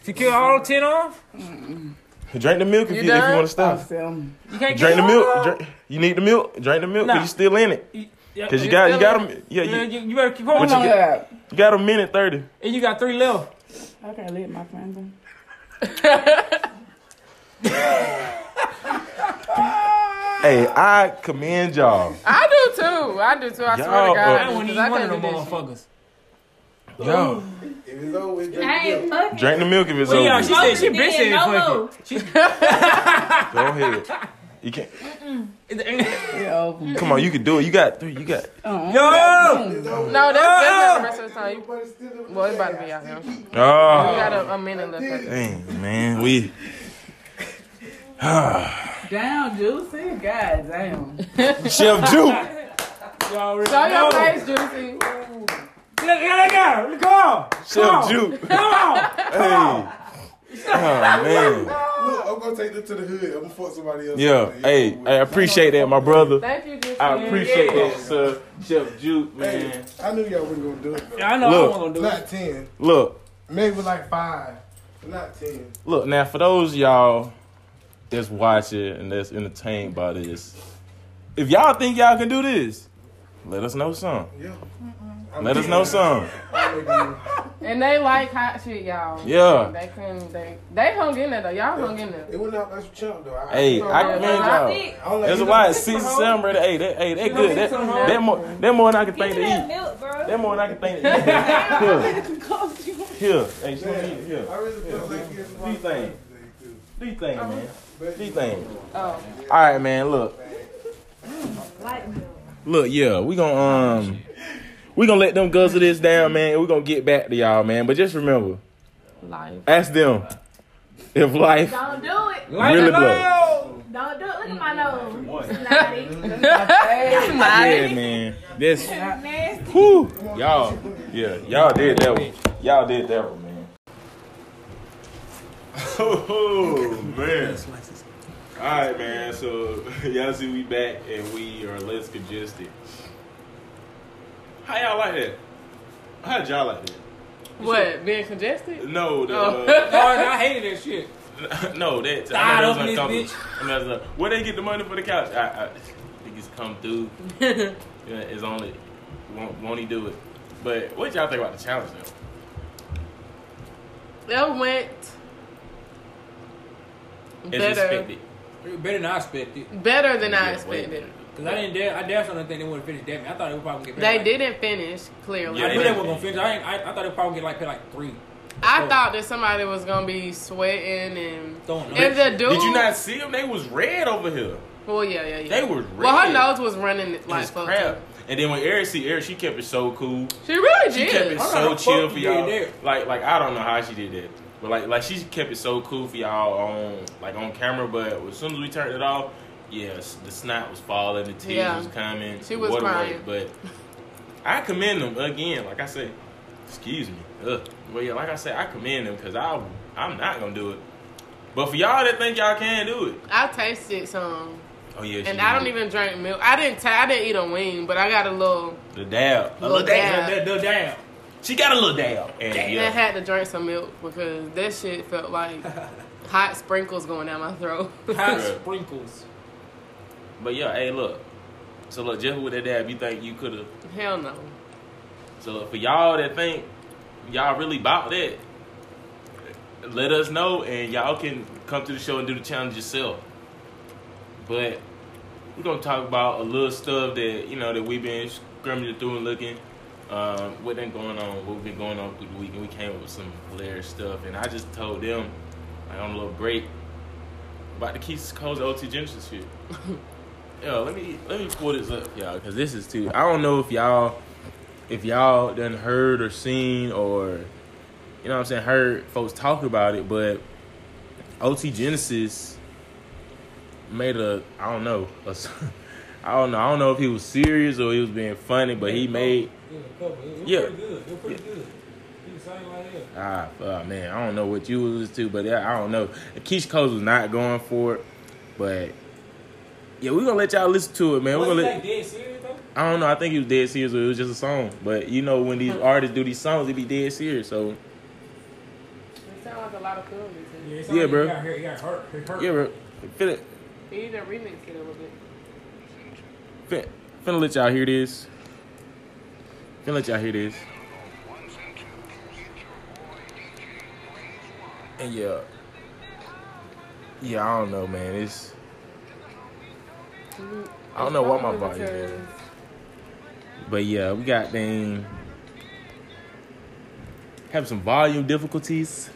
S4: If you kill all 10 off,
S2: Drink the milk if
S3: You
S2: you, if you
S3: done?
S2: want to stop.
S1: Awesome.
S4: you can't
S2: Drink the
S4: kill
S2: milk.
S4: all of
S2: Drink, you need the milk. Drink the milk.
S4: Nah.
S2: Cause you still in it.
S4: them. Yeah,
S2: Cause you got you
S4: still
S2: got
S4: in.
S2: a yeah
S4: Yeah,
S2: you,
S4: you, you better keep on.
S2: What you
S1: Come
S2: get-
S1: up.
S2: you got a minute thirty.
S4: And you got three left.
S1: I can't let my friends in.
S2: Hey, I commend y'all.
S3: I do too. I do too. I swear
S2: Y'all
S3: to God.
S2: are-
S4: I don't want to
S3: because
S4: eat one of
S3: can't
S4: them
S3: do this shit.
S4: motherfuckers.
S2: Yo,
S7: If it's over, it's
S5: I
S7: done.
S5: ain't fucking.
S2: drink the milk if it's
S4: Well, yeah,
S2: over.
S4: she said she
S5: Smoking
S4: been
S5: did,
S4: said
S5: no
S4: fuck
S5: move.
S4: it. She,
S2: Go ahead. You can't.
S1: Yeah, open.
S2: Come on, you can do it. You got three. You got.
S4: yo,
S3: No, that's that's not the rest of the time. You-
S7: But it's still-
S3: Well, it's about to be out here. You
S2: Oh,
S3: got a, a minute left.
S2: dang, man, we.
S1: Down, Juicy. God damn.
S2: Chef Juke.
S4: y'all really
S3: Show your
S4: know.
S3: face, Juicy.
S4: Look at that girl. Come on,
S2: Chef Juke. Hey.
S4: come on.
S2: Oh man.
S7: Look, I'm gonna take them to the hood. I'm gonna fuck somebody else.
S2: Yeah.
S7: up, man.
S2: Hey, I appreciate that, my brother.
S3: Thank you, Juicy.
S2: I appreciate that, sir. Chef Juke,
S7: Hey,
S2: man.
S7: I knew y'all wasn't gonna do it. Though.
S4: I know
S2: Look.
S4: I wasn't gonna do
S7: Not ten.
S2: Look,
S7: Maybe like five. But not ten.
S2: look now for those of y'all that's watching and that's entertained by this. If y'all think y'all can do this, let us know some.
S7: Yeah.
S2: Let us know some.
S3: And they like hot shit, y'all.
S2: Yeah.
S3: They couldn't. They they hung in there though. Y'all hung in there.
S7: It went out like some chump though. I,
S2: Hey, I commend y'all.
S5: Feet.
S7: I don't like
S2: That's
S7: you
S2: why
S7: know-
S2: it's season seven, brother. Hey, that, hey, that good. That, that more, that more than I can think
S5: Give
S2: to
S5: me that
S2: eat.
S5: milk, bro.
S2: That more than I can think to eat. Here, here, hey, show me here.
S7: I really feel like it's
S2: Do your thing. Do your thing, man. Do your thing.
S3: Oh,
S2: All right, man. Look,
S5: Light milk.
S2: look. Yeah, we gonna um, we gonna let them guzzle this down, man. and We gonna get back to y'all, man. But just remember,
S3: life.
S2: ask them if life
S5: Don't do it.
S4: it. Light
S2: really
S4: it up.
S2: blow.
S5: Don't do it. Look at my nose.
S3: Mm-hmm.
S5: Snotty.
S2: Yeah, man. This,
S5: Nasty.
S2: whew, y'all. Yeah, y'all did that one. Y'all did that one, man. Oh man. All right, man. So y'all see we back and we are less congested. How y'all like that? How did y'all like that?
S3: What? Being congested?
S2: No, the,
S3: Oh.
S4: Oh, I hated that shit.
S2: uh, no, that
S4: Tied
S2: I know
S4: up in
S2: that's
S4: this
S2: uncomfortable. I know that's like, where they get the money for the couch? I, I niggas come through. yeah, it's only won't, won't he do it? But what y'all think about the challenge though?
S3: That went
S2: As
S3: better.
S2: expected.
S4: Better than I expected.
S3: Better than I
S2: Yeah, way
S3: expected.
S2: better.
S4: Cause I didn't dare, I dare don't think they would have finished that. I thought it would probably get. paid
S3: They
S4: like-
S3: didn't finish, clearly.
S2: Yeah,
S4: I
S2: they
S4: knew they
S2: didn't
S4: were gonna
S2: finish.
S4: finish. I, ain't, I, I thought it probably get like paid like three.
S3: I thought that somebody was gonna be sweating and
S4: Throwing up.
S3: and the dude.
S2: Did you not see them? They was red over here.
S3: Well, yeah, yeah, yeah.
S2: They were
S3: Well, her
S2: red.
S3: nose was running
S2: Like,
S3: like
S2: it's
S3: fuck.
S2: crap. And then when Eric see Eric, she kept it so cool.
S3: She really
S2: She
S3: did.
S2: kept it
S4: I don't know
S2: so
S4: the
S2: chill
S4: fuck
S2: for
S4: you did
S2: y'all.
S4: there.
S2: Like like I don't know how she did that. But like like she kept it so cool for y'all on like on camera, but as soon as we turned it off, yeah, s- the snot was falling, the tears
S3: Yeah.
S2: was coming.
S3: She
S2: the
S3: was
S2: water
S3: crying.
S2: wet, but I commend them again, like I said, excuse me. Ugh. Well yeah, like I said, I commend them because I I'm not gonna do it. But for y'all that think y'all can do it.
S3: I tasted some,
S2: Oh yeah, she
S3: and I don't
S2: did.
S3: even drink milk. I didn't. Ta- I didn't eat a wing, but I got a little.
S2: the dab. A
S3: Little
S2: little dab.
S3: dab.
S4: The damn.
S2: She got a little dab. And
S3: I
S2: yeah.
S3: had to drink some milk because that shit felt like hot sprinkles going down my throat.
S4: Hot
S2: Yeah.
S4: sprinkles.
S2: But yeah, hey look. So look, just with that dab, you think you could have
S3: Hell no.
S2: So for y'all that think y'all really about that, let us know and y'all can come to the show and do the challenge yourself. But we're gonna talk about a little stuff that you know that we've been scrimmaging through and looking. Um, what been going on? What been going on through the week? And we came up with some hilarious stuff. And I just told them, like on a little break, about the Keys Cole's OT Genesis shit. Yo, let me let me pull this up, y'all, because this is too. I don't know if y'all if y'all done heard or seen or you know what I'm saying, heard folks talk about it, but OT Genesis made a I don't know a s- I don't know I don't know if he was serious or he was being funny, but he made
S4: Yeah, cover. It was
S2: Yeah.
S4: pretty good. It was pretty good. He was saying like
S2: ah
S4: that.
S2: fuck, man I don't know what you was to, but yeah, I don't know. Keish Coles was not going for it, but yeah, we're gonna let y'all listen to it, man. We're
S4: Was
S2: gonna
S4: he
S2: let,
S4: like dead serious though?
S2: I don't know. I think he was dead serious, or it was just a song. But you know, when these artists do these songs, they be dead serious. So
S3: It sounds like a lot of film music.
S4: Yeah, it
S2: Yeah,
S4: sounded like
S2: bro.
S4: He got, hurt- he got hurt. He hurt.
S2: yeah, bro, finna,
S3: You need to remix it a little bit.
S2: fin finna let y'all hear this. Finna let y'all hear this. And yeah, yeah, I don't know, man. It's I don't know why my volume is. But yeah, we got dang have some volume difficulties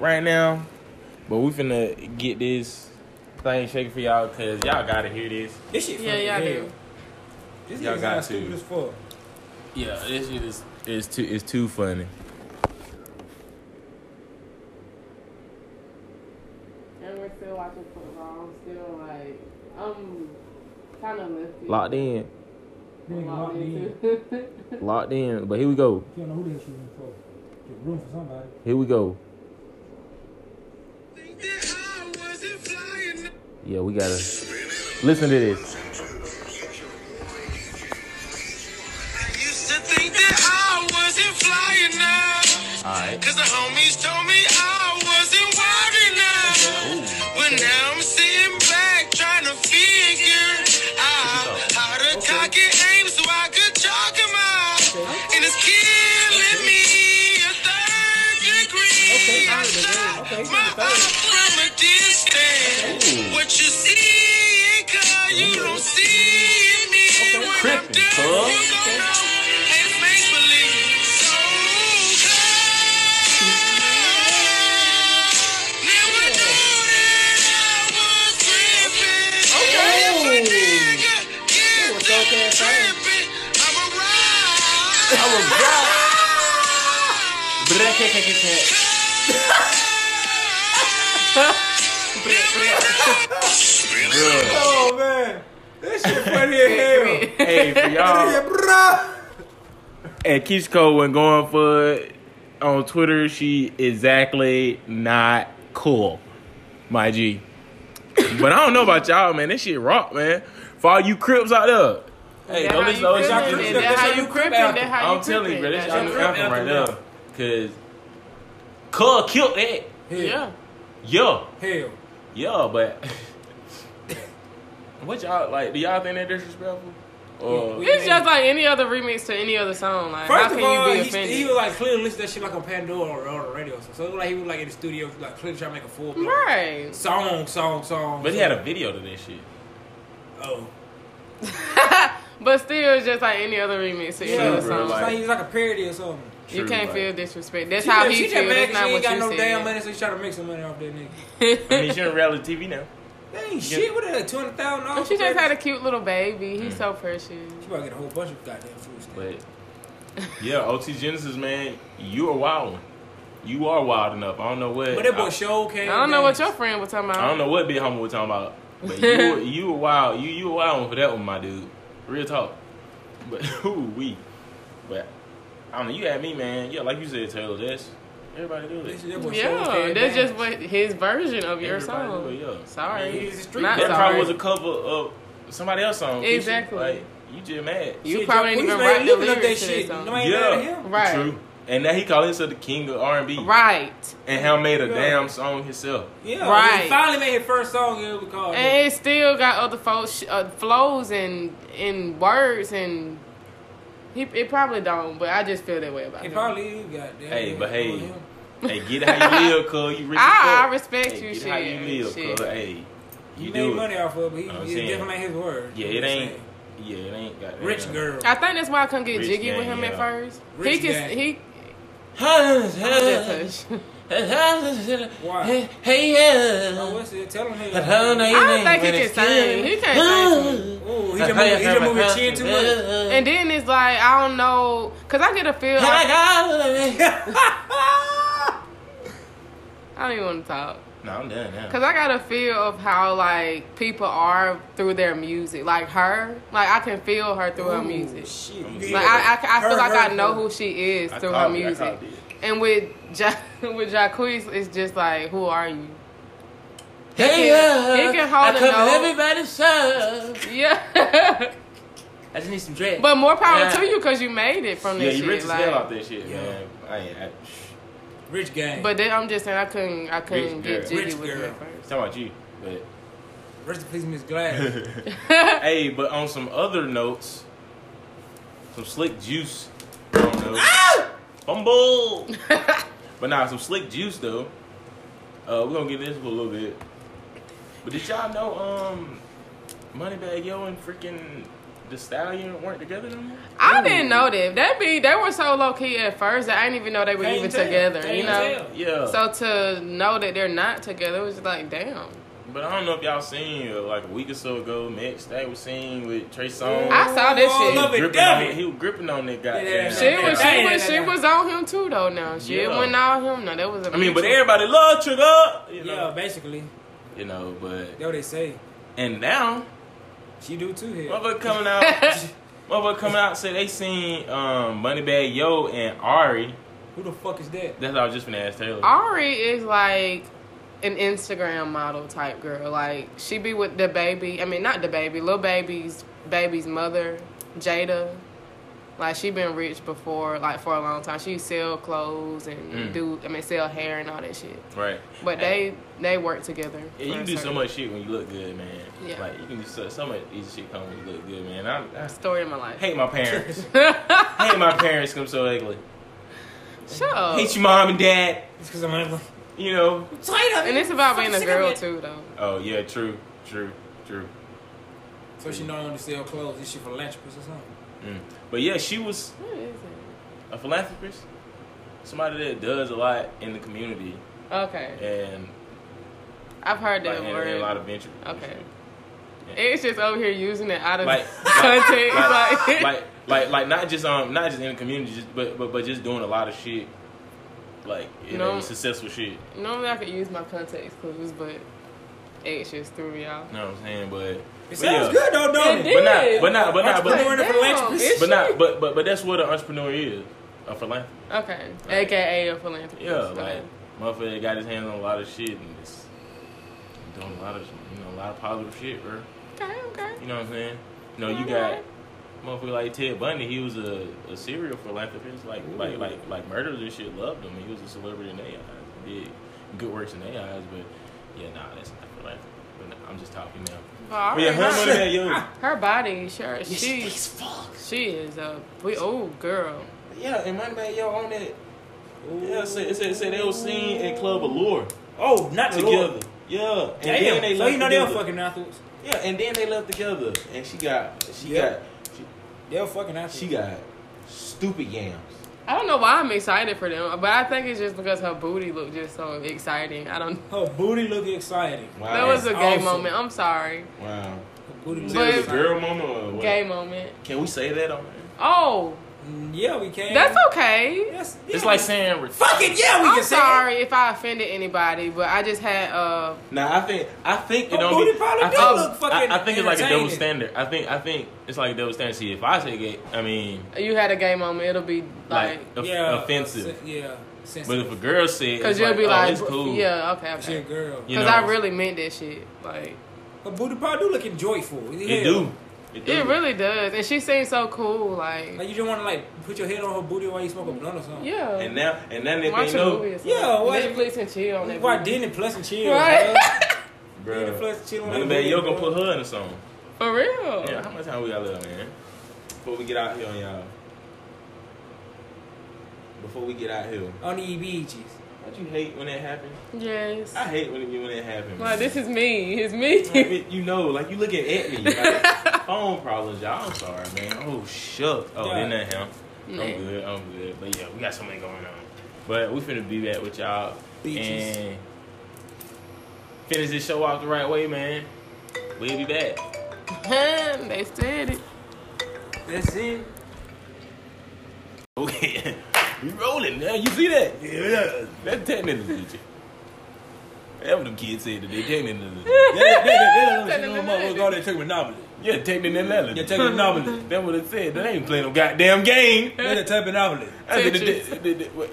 S2: right now. But we finna get this thing shaking for y'all cause y'all gotta hear this.
S4: This shit.
S3: Yeah,
S4: funny
S3: yeah, I
S4: as hell.
S3: do.
S4: This
S2: Y'all
S4: nigga
S2: got
S4: sound
S2: to.
S4: stupid as fuck.
S2: Yeah, this shit is it's too it's too funny.
S3: And we're still watching football. I'm still like, I'm kind of lifted.
S2: Locked in.
S4: Nigga locked in.
S3: too.
S2: Locked in. But here we go.
S4: You don't know who this shooting for. Get room for somebody.
S2: Here we go. Yeah, we gotta listen to this.
S6: Used to think that I wasn't fly enough.
S2: Alright.
S6: Cause the homies told me I wasn't wild enough. But now I'm sitting back trying to figure out how to cock and aim so I could chalk 'em out. And it's killing me a third degree. I shot my eye from a distance. What you see, it, cause you don't see in me. When I'm
S2: Crippin',
S6: done,
S2: cuz.
S6: you gon' know it's make believe. So come. Never knew that I was trippin'. If a nigga gets up trippin', I'm a ride.
S2: I was
S4: Oh man, this shit funny as hell.
S2: Hey, for y'all.
S4: Yeah, bruh.
S2: And Kishko when going for it on Twitter, she exactly not cool, my G. but I don't know about y'all, man. This shit rock, man. For all you Crips out there, hey,
S3: That
S2: don't
S3: how
S2: listen
S3: you
S2: to all this shit.
S4: crippin'
S3: crippin' it.
S4: Crippin'.
S3: That
S4: That's
S3: how
S4: how
S3: you
S4: you
S3: crippin'.
S4: crippin'.
S3: That how you
S2: I'm telling you, bro,
S3: crippin'.
S2: this y'all
S3: That
S2: new
S3: how you
S2: anthem right
S4: now.
S2: now. Cause Cuz killed that.
S3: crippin'. Yeah.
S2: Yeah,
S4: Hell,
S2: yeah, but what y'all like? Do y'all think that disrespectful? Or
S4: Yeah.
S3: It's just like any other remix to any other song. Like, how
S4: first
S3: can
S4: of all,
S3: you be
S4: he,
S3: offended?
S4: he was like clearly listen to that shit like on Pandora or on the radio. or something. So it was like he was like in the studio, like clearly trying to make a full blown
S3: right.
S4: song, song, song.
S2: but he had a video to this shit.
S4: oh,
S3: But still, it's just like any other remix to any
S4: Yeah,
S3: other
S4: it's
S2: bro,
S3: song.
S2: like-
S4: like he's like a parody or something.
S3: you
S2: True,
S3: can't
S2: like-
S3: feel disrespect. That's
S4: She
S3: how
S4: just-
S3: he
S4: she
S3: feels.
S4: just mad
S3: That's
S4: 'cause
S3: not
S4: she
S3: what
S4: ain't got
S3: you
S4: no damn
S3: said.
S4: money, so she trying to make some money off that nigga.
S2: I mean, you're on reality TV now.
S4: That ain't shit. What is that? Two hundred thousand dollars.
S3: She just had a cute little baby. He's so precious.
S4: She about to get a whole bunch of goddamn food. stamps.
S2: But yeah, OT Genesis, man, you are wild. one. You are wild enough. I don't know what.
S4: But that boy
S2: I,
S4: show came.
S3: I don't know what
S4: down.
S3: your friend was talking about.
S2: I don't know what Big Homie was talking about. But you, were- you were wild. You, you were wild one for that one, my dude. Real talk. But ooh we. But I don't know. You had me, man. Yeah, like you said, Taylor. That's everybody do
S4: That
S2: it.
S4: shit- that boy Show
S3: Yeah,
S4: came
S3: that's
S4: down.
S3: just what his version of your
S2: Everybody
S3: song.
S2: do it, yeah.
S3: Sorry,
S4: Man, he's a street
S3: not
S2: That probably
S3: sorry.
S2: was a cover of somebody else's song. Keisha.
S3: Exactly.
S2: Like you just mad.
S3: you
S4: Shit,
S3: probably
S4: Jack-
S3: didn't
S4: we
S3: even
S4: made
S3: write the
S4: living up
S3: lyrics to
S4: that
S3: that
S4: shit.
S3: song.
S4: Nobody mad at
S2: Yeah,
S4: him.
S3: Right.
S2: True. And now he called himself the king of R and B.
S3: right,
S2: And how made a
S4: Yeah.
S2: damn song himself.
S4: Yeah,
S3: Right.
S4: He finally made his first song. It was called.
S3: and it still got other fo- sh- uh, flows and and words and he it probably don't, but I just feel that way about
S4: He
S3: him.
S4: probably is goddamn.
S2: Hey, but hey,
S4: Yeah.
S2: hey, get it how you live, cuz you rich. as
S3: I,
S2: fuck.
S3: Ah, I respect
S2: hey,
S3: you,
S2: get
S3: shit.
S2: it how you live,
S3: shit.
S2: cuz hey,
S4: He
S2: you
S4: made
S2: do.
S4: money
S2: It.
S4: off of it, but
S2: I'm
S4: he he
S2: saying.
S4: definitely made his word.
S2: Yeah, it
S4: You know what I'm
S2: ain't.
S4: saying?
S2: Yeah, it ain't got
S4: Rich girl.
S3: I think that's why I couldn't get
S2: Rich
S3: jiggy with
S2: gang,
S3: him at
S2: yeah.
S3: first.
S4: Rich
S3: he can
S4: gang.
S3: he.
S2: Hey,
S3: just hush.
S4: Why?
S2: yeah.
S4: Oh, what's it? Tell him.
S2: I don't know
S3: I
S2: your
S3: don't
S2: name, but
S3: think he can
S2: it's
S3: sing.
S2: good.
S3: He can't sing. to me.
S4: Oh, he just moved, he just moved his chin too much.
S3: And then it's like I don't know, cause I get a feel. I, I don't even want to talk,
S2: No, I'm done now.
S3: cause I got a feel of how like people are through their music. Like her, like I can feel her through her
S4: Ooh,
S3: music.
S4: Shit.
S3: Like I, I, I feel
S4: Her-
S3: like
S4: her-
S3: I know who she is
S2: I
S3: through her
S2: called it, I
S3: music.
S2: called it.
S3: And with ja- with Jacquees, it's just like, who are you?
S2: Hey,
S3: can- he can hold
S2: I
S3: a
S2: come
S3: note.
S2: everybody's up.
S3: Yeah,
S2: I just need some dread.
S3: but more power
S2: Yeah.
S3: to you, cause you made it from
S2: yeah,
S3: this
S2: you rich
S3: shit.
S2: as
S3: Like,
S2: hell out that shit,
S4: Yeah.
S2: man. I ain't. I,
S4: Rich gang.
S3: but then I'm just saying I couldn't I couldn't
S2: Rich girl.
S3: get jiggy
S4: Rich
S3: with her
S4: girl.
S3: at first.
S2: it's talking about you, but.
S4: Rest in peace, Miss Glass.
S2: Hey, but on some other notes, some slick juice. I don't know. Fumble. but nah, some slick juice though. Uh, we're gonna get into a little bit. But did y'all know um, Moneybag Yo and freaking the Stallion weren't together no more?
S3: I didn't know that. That be they were so low key at first that I didn't even know they were
S4: Can't
S3: even
S4: tell.
S3: together.
S4: Can't
S3: you know.
S2: Yeah.
S3: So to know that they're not together was just like damn.
S2: but I don't know if y'all seen uh, like a week or so ago, Max Stag was seen with Trey Songz.
S3: I saw this
S4: All
S3: shit.
S4: of
S2: He was
S4: it,
S2: gripping
S4: damn
S2: on-
S4: it.
S2: He was gripping on that guy.
S4: Yeah,
S3: She
S4: yeah,
S3: was
S4: yeah.
S3: she was she
S4: Yeah.
S3: was on him too though. Now she
S2: Yeah.
S3: wasn't on him. No, that was. a
S2: I mean, but
S3: mutual-
S2: everybody loved Trigger. You know,
S4: yeah, basically.
S2: you know, but
S4: That's what they say.
S2: And now,
S4: She do too here.
S2: motherfucker coming out, motherfucker coming out say they seen um, Moneybag Yo and Ari.
S4: Who the fuck is that?
S2: That's what I was just gonna ask Taylor.
S3: Ari is like an Instagram model type girl. Like she be with the baby. I mean, not the baby, little baby's baby's mother, Jada. Like she been rich before, like for a long time. She sell clothes and
S2: Mm.
S3: do, I mean, sell hair and all that shit.
S2: Right.
S3: But they they work together.
S2: Yeah, you
S3: for
S2: can
S3: a
S2: do so
S3: certain
S2: much shit when you look good, man.
S3: Yeah.
S2: Like you can do so, so much easy shit come when you look good, man. I, I
S3: Story of my life.
S2: hate my parents. hate my parents. Come so ugly.
S3: Shut up.
S2: Hate your mom and dad.
S4: It's because I'm never.
S2: You know.
S3: And it's about being a girl too, though.
S2: Oh yeah, true, true, true.
S4: So she know how to sell clothes. Is she philanthropist or something?
S2: Mm. But yeah, she was
S3: What is it?
S2: a philanthropist, somebody that does a lot in the community
S3: Okay,
S2: and
S3: I've heard that
S2: like, and-
S3: word.
S2: and a lot of venture.
S3: Okay. It's just over here using it out of
S2: Like-
S3: context. Like,
S2: like like like not just um not just in the community just but but, but just doing a lot of shit like you know
S3: No.
S2: successful shit
S3: normally I could use my context clues, but it just threw me off.
S2: you know what i'm saying but
S4: It
S2: but
S4: sounds
S2: yeah.
S4: good though, don't
S3: It
S4: it?
S2: but not but not but not
S4: Aren't you
S2: but,
S4: doing it for
S3: Damn,
S4: philanthropist?
S3: it's
S2: but not but, but but that's what an entrepreneur is a philanthropist
S3: Okay, aka a philanthropist.
S2: yeah
S3: Okay.
S2: like motherfucker got his hands on a lot of shit and it's doing a lot of you know a lot of positive shit bro
S3: okay, okay.
S2: you know what i'm saying you know
S3: Mm-hmm.
S2: you got
S3: Alright.
S2: motherfucker like Ted Bundy, he was a, a serial philanthropist, like like like like murderers and shit loved him. He was a celebrity in their eyes, did good works in their eyes, but yeah, nah, that's not philanthropy. But nah, I'm just talking now.
S3: Well,
S2: But yeah,
S3: alright.
S2: her money had yo.
S3: her body, sure, she
S2: fuck.
S3: she is a we oh girl.
S2: Yeah, and money bag yo on that. Yeah, it said, it said, it said they was seen at Club Allure
S4: Oh, not the
S2: together.
S4: Lord.
S2: Yeah, and
S4: Damn.
S2: then they
S4: so
S2: left
S4: you know they
S2: together.
S4: were fucking afterwards.
S2: Yeah, and then they left together, and she got she
S4: Yeah.
S2: got she,
S4: They'll fucking after
S8: She
S4: you.
S8: got stupid yams.
S3: I don't know why I'm excited for them, but I think it's just because her booty looked just so exciting. I don't.
S4: Her booty look exciting.
S8: Wow.
S3: That was a gay
S4: awesome.
S3: moment. I'm sorry,
S8: wow.
S4: Her booty
S8: Is
S4: look
S3: But-
S8: it a
S4: exciting.
S8: girl mama or what?
S3: gay moment.
S8: Can we say that on? air?
S3: Oh,
S4: Mm, Yeah, we can.
S3: that's okay.
S4: That's, yeah,
S2: It's like
S4: we-
S2: saying re-
S4: fuck it. Yeah, we
S3: I'm
S4: can say
S3: sorry if I offended anybody, but I just had uh
S8: Nah, I think I think
S4: Her
S8: it don't.
S4: Oh, booty
S8: be,
S4: probably
S8: I,
S4: do
S8: think-
S4: look fucking
S2: I, I think it's like a double
S4: entertaining.
S2: standard. I think I think it's like a double standard. See, if I say gay, I mean
S3: you had a gay moment. It'll be
S2: like,
S3: like
S2: off-
S4: it. Yeah,
S2: offensive.
S4: se- Yeah,
S2: But if
S4: sensitive.
S2: a girl said,
S3: because
S2: it's
S3: you'll
S2: like,
S3: be
S2: oh,
S3: like,
S2: it's cool.
S3: yeah, okay,
S4: She a
S3: okay.
S4: girl.
S2: You
S3: Because
S2: know?
S3: I really meant that shit. Like
S4: Her booty probably do looking joyful.
S2: it do. It do.
S3: it really does, and she seems so cool. Like
S4: Like you just want to like put your head on her booty while you smoke a blunt or something.
S3: yeah,
S8: And now and then if
S3: watch
S8: they
S3: a
S8: know,
S3: movie. Or something.
S4: Yeah, what-
S3: Netflix and chill on that.
S4: Why
S3: booty.
S4: Disney Plus and chill?
S3: Right.
S4: bruh. Disney
S8: bro.
S4: Plus chill on
S2: When
S4: that
S2: the
S4: booty,
S2: yo gonna
S4: bruh.
S2: put her in a song.
S3: For
S4: Oh.
S3: real.
S2: Yeah, how much time we got left, man?
S8: Before we get out here on y'all. Before we get out here,
S4: on the beaches.
S2: Don't you hate when that happens?
S3: Yes.
S8: I hate when it, when it happens.
S3: Like this is me. It's me.
S8: you know, like you looking at me. Like, phone problems, y'all.
S2: I'm sorry, man. Oh shuck. Oh,
S4: Yeah.
S2: didn't that him?
S3: Yeah.
S2: I'm good. I'm good. But yeah, we got something going on. But we finna be back with y'all
S4: Beaches.
S2: and finish this show off the right way, man. We'll be back.
S3: they said it.
S4: That's it.
S2: Oh yeah, we rolling now. You see that? Yeah, that technically DJ. That's what them kids said today. Technically,
S4: They took Monopoly.
S2: yeah, technically.
S4: Yeah, take Monopoly.
S2: Hmm. That's what it said. They ain't playing no goddamn game.
S4: They done took Monopoly.
S2: I did-
S3: Tetris.
S2: did- did- did- What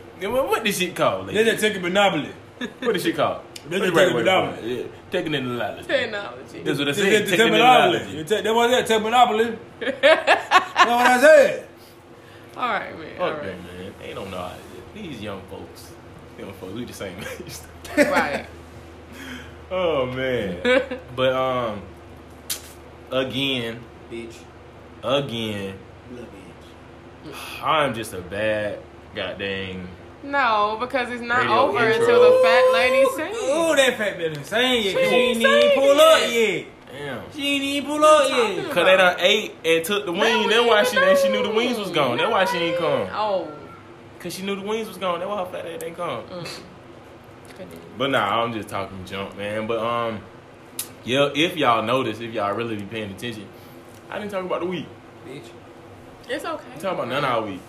S2: what this shit called?
S4: They
S2: Like?
S4: done took Monopoly.
S2: What this shit called?
S4: They
S2: What's the
S4: just took
S2: word
S4: it
S2: for
S4: down.
S2: it? Yeah, Technology.
S3: Technology.
S2: That's what I
S4: They done
S2: said.
S4: took Monopoly. They
S2: Technology.
S4: took- They was there took Monopoly. Know what I said?
S3: All right, man. All
S2: Fuck
S3: right.
S2: them, man. They don't know how to do. These young folks. Young folks, we the same age.
S3: Right.
S2: Oh man. but um again,
S4: Bitch.
S2: again,
S4: Little bitch.
S2: I'm just a bad goddamn
S3: No, because it's not
S2: Radio
S3: over
S2: intro.
S3: until the fat lady
S4: Ooh,
S3: sings.
S4: that fat bitch done sang it. 'cause She
S3: ain't
S4: ain't even
S3: sang
S4: pull
S3: it.
S4: up yet.
S2: damn.
S4: She ain't even pull up
S3: talking
S4: yet.
S2: Cause they done ate and took the wing. That's why she and she knew the wings was gone. That's why she ain't come.
S3: Oh.
S2: Cause she knew the wings was gone. That's why her fat ass ain't come.
S3: Mm. goodness.
S2: But nah, I'm just talking junk, man. But um, yeah, if y'all notice, if y'all really be paying attention, I didn't talk about the week.
S4: Bitch.
S3: It's
S2: I
S3: okay.
S2: didn't talk about none of our week.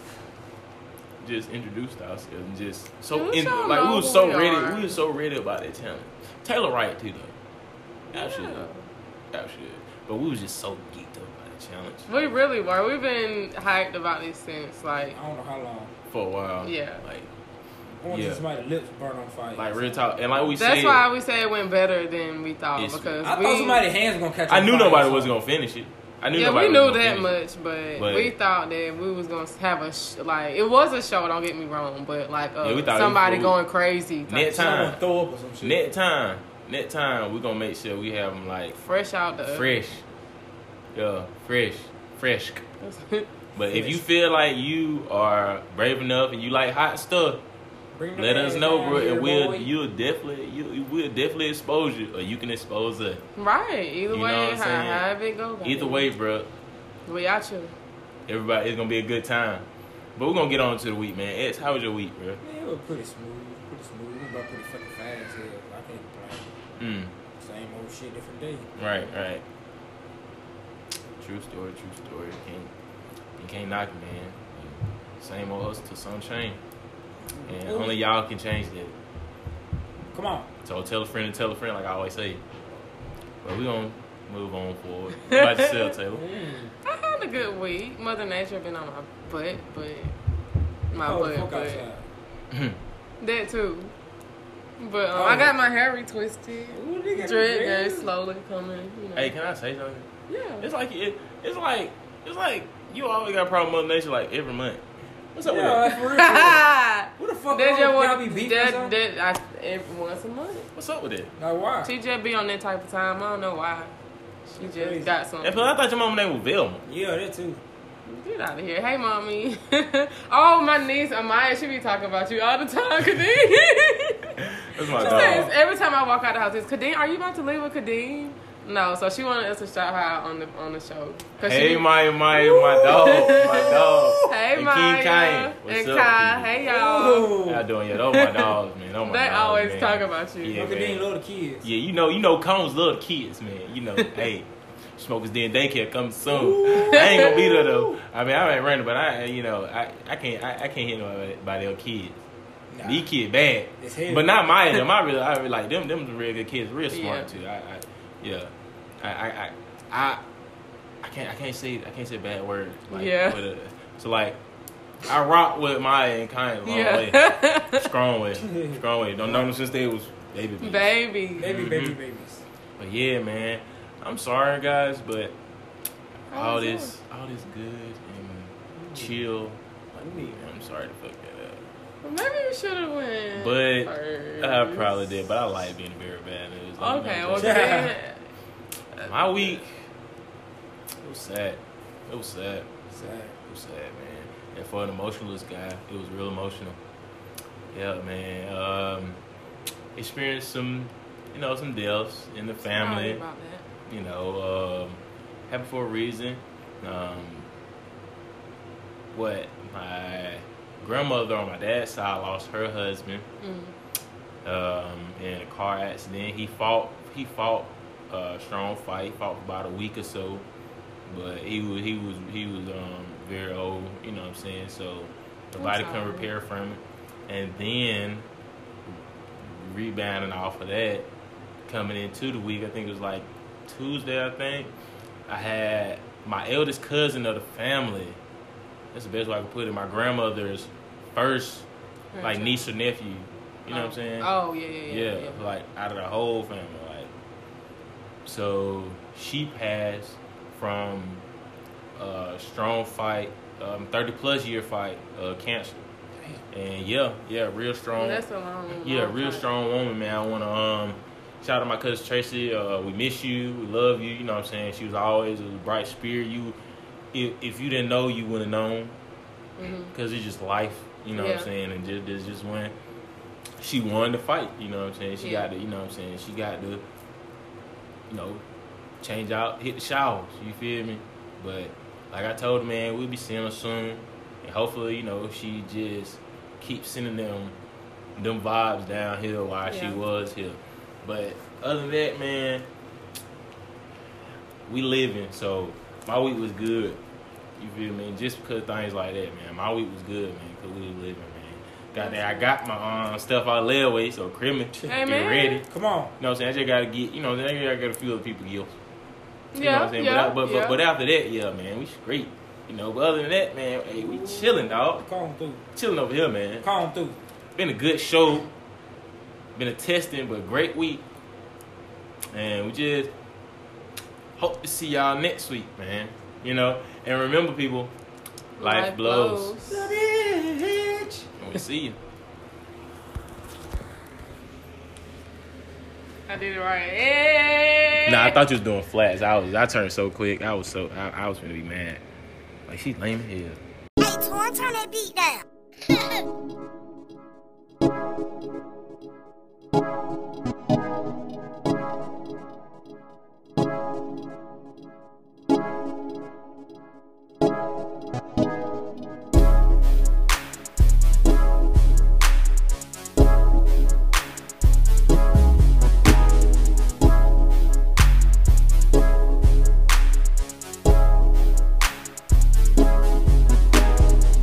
S2: Just introduced ourselves and just so
S3: Dude,
S2: in,
S3: y'all
S2: like we
S3: know
S2: was
S3: who
S2: so
S3: we
S2: ready,
S3: are.
S2: we was so ready about that challenge. Taylor Wright too though. Absolutely, absolutely. But we was just so geeked up by the challenge
S3: We really were. We've been hyped about this since like
S4: I don't know how long.
S2: for a while.
S3: Yeah.
S2: like
S4: I want to
S2: Yeah.
S4: see somebody's lips burn on fire.
S2: like real talk. And like we
S3: that's
S2: said,
S3: why we say it went better than we thought
S2: It's-
S3: because
S4: I
S3: we
S4: thought somebody's hands were gonna catch
S2: I
S4: on
S2: knew
S4: fire.
S2: nobody was gonna finish it. I knew
S3: yeah,
S2: nobody
S3: we knew
S2: was gonna
S3: that
S2: finish it.
S3: much, but,
S2: But-
S3: we thought that we was gonna have a sh- like it was a show. Don't get me wrong, but like uh,
S2: Yeah, we thought it was
S3: somebody
S2: cool.
S3: going crazy, type
S2: Next
S3: shit.
S4: Somebody
S2: time,
S4: gonna throw up or some shit.
S2: Next time, next time, we're gonna make sure we have them like
S3: fresh out the
S2: fresh. Yeah, fresh, fresh. But if you feel like you are brave enough and you like hot stuff,
S4: Bring them
S2: let us
S4: hands
S2: know,
S4: down
S2: bro.
S4: here,
S2: And we'll
S4: boy.
S2: you'll definitely you we'll definitely expose you, or you can expose us.
S3: right. Either
S2: know
S3: way,
S2: what I'm
S3: how,
S2: saying?
S3: however it go.
S2: Either
S3: baby.
S2: way, bro,
S3: we out you.
S2: everybody, it's gonna be a good time. But we're gonna get on to the week, man. It's how was your week, bro?
S4: Yeah, it was pretty smooth. Pretty smooth. It was pretty fucking fast. Yeah, I can't complain.
S2: Mm,
S4: Same old shit, different day.
S2: right, right. True story, true story. You can't, you can't knock it, man. Same old us to some change. And
S4: Ooh.
S2: only y'all can change that.
S4: Come on.
S2: So tell a friend and tell a friend, like I always say. But we gonna move on forward. What about yourself, Taylor?
S3: I had a good week. Mother Nature been on my butt, but my
S4: Oh, the
S3: butt,
S4: fuck
S3: but
S4: outside.
S3: that too. But um,
S4: Oh.
S3: I got my hair retwisted.
S4: Ooh, they
S3: Dread
S4: got the
S3: very
S4: dreads.
S3: slowly coming. You know.
S2: Hey, can I say something?
S3: yeah.
S2: It's like it, it's like it's like you always got a problem with Mother nature like every month. What's up
S4: Yeah,
S2: with
S4: that's for real.
S3: that
S4: What the fuck?
S3: your
S4: wrong with y'all be
S3: one.
S4: beefing or
S3: That,
S4: something?
S3: that I every once a month.
S2: that? What's up with that?
S4: Like why?
S3: She just be on that type of time. I don't know why. She
S4: That's
S3: just
S4: crazy.
S3: got
S2: And
S3: something.
S2: plus, I thought your mama name was Velma.
S4: Yeah, that too.
S3: Get out of here. Hey, mommy. oh, my niece Amaya, she be talking about you all the time, Kadeem.
S2: That's my dog.
S3: She
S4: Oh.
S3: says every time I walk out the house, it's Kadeem, are you about to leave with Kadeem? No, so she wanted us to shout her out on the on the show. 'Cause
S2: Hey,
S3: she,
S2: my my my dog, my dog.
S3: hey,
S2: and King
S3: Maya,
S2: Kane. What's
S3: and
S2: up,
S3: Kai.
S2: people?
S3: Hey, y'all.
S2: How you doing? Yeah, those my dogs, man. Those my
S3: They
S2: dogs,
S3: always
S2: man.
S3: talk about you.
S2: Yeah,
S4: Uncle
S2: man.
S4: Dean love the kids.
S2: Yeah, you know, you know, cones love kids, man. You know, hey, smokers den daycare coming soon. I ain't gonna be there though. I mean, I ain't running, but I, you know, I, I can't, I, I can't hit nobody by their kids.
S4: Nah.
S2: These kids bad,
S4: It's hell.
S2: but not my them. I really, I really like them. Them real good kids, real
S3: Yeah.
S2: smart too. I, I yeah, I, I, I, I, I can't, I can't say, I can't say bad words. Like,
S3: Yeah.
S2: with a- so like, I rock with my and kind of long way,
S3: yeah.
S2: strong way, strong way. Don't know them since they was baby. babies.
S3: Baby.
S4: Baby, baby,
S2: Mhm.
S4: babies.
S2: But yeah, man, I'm sorry guys, but all
S3: was Mm.
S2: this, all this good and chill. Like, man, I'm sorry to fuck that up,
S3: Well, maybe we should have went.
S2: but
S3: first.
S2: I probably did. But I like being a very bad news. Like,
S3: Okay,
S2: you know,
S3: well
S2: just-
S3: then.
S2: my week, it was sad. It was sad.
S4: Sad.
S2: It was sad, man. And for an emotionalist guy, it was real emotional. Yeah, man. Um, experienced some, you know, some deaths in the family.
S3: Sorry about that.
S2: you know, um, happened for a reason. Um, what my grandmother on my dad's side lost her husband
S3: Mm.
S2: um, in a car accident. He fought. He fought a strong fight. Fought for about a week or so, but he was he was he was um, very old. You know what I'm saying? So nobody
S3: sorry.
S2: can repair from it. And then rebounding off of that, coming into the week, I think it was like Tuesday. I think I had my eldest cousin of the family. That's the best way I can put it. My grandmother's first like
S3: Gotcha.
S2: niece or nephew. You know what I'm
S3: Oh.
S2: saying?
S3: Mm-hmm. Oh yeah, yeah, yeah.
S2: yeah, like out of the whole family, like. So she passed from a strong fight, um, thirty plus year fight, uh, cancer, and yeah, yeah, real strong.
S3: That's a long.
S2: yeah,
S3: long
S2: real
S3: time.
S2: strong woman, man. I want to um, shout out my cousin Tracy. Uh, we miss you. We love you. You know what I'm saying? She was always a bright spirit. You, if, if you didn't know, you wouldn't have known
S3: Mhm.
S2: because it's just life, you know what
S3: Yeah.
S2: I'm saying? And just, this just when she won the fight, you know what I'm saying? She
S3: Yeah.
S2: got to, you know what I'm saying? She got to, you know, change out, hit the showers, you feel me? But like I told her, man, we'll be seeing her soon. And hopefully, you know, she just keeps sending them them vibes down here while
S3: Yeah.
S2: she was here. But other than that, man, we living. So my week was good. You feel me? Just because things like that, man. My week was good, man, because we was living, man. Goddamn, I got my um, stuff out of the way, so criminal.
S3: Hey,
S2: get
S3: man.
S2: ready.
S4: Come on.
S2: You know what I'm saying? I just gotta get, you know, then I gotta get a few other people gifts. You know what
S3: Yeah,
S2: I'm saying?
S3: yeah,
S2: but, but,
S3: yeah.
S2: but, but after that, yeah, man, we straight. You know, but other than that, man, hey, we chilling, dog.
S4: Calm through.
S2: Chilling over here, man.
S4: Calm through.
S2: Been a good show. Been a testing, but great week. And we just hope to see y'all next week, man. You know, and remember, people, life, blows. And we see you.
S3: I did it right. Hey.
S2: Nah, I thought you was doing flats. I was, I turned so quick. I was so, I, I was gonna be mad. Like she's lame as hell.
S6: Hey, Torn, turn that beat down.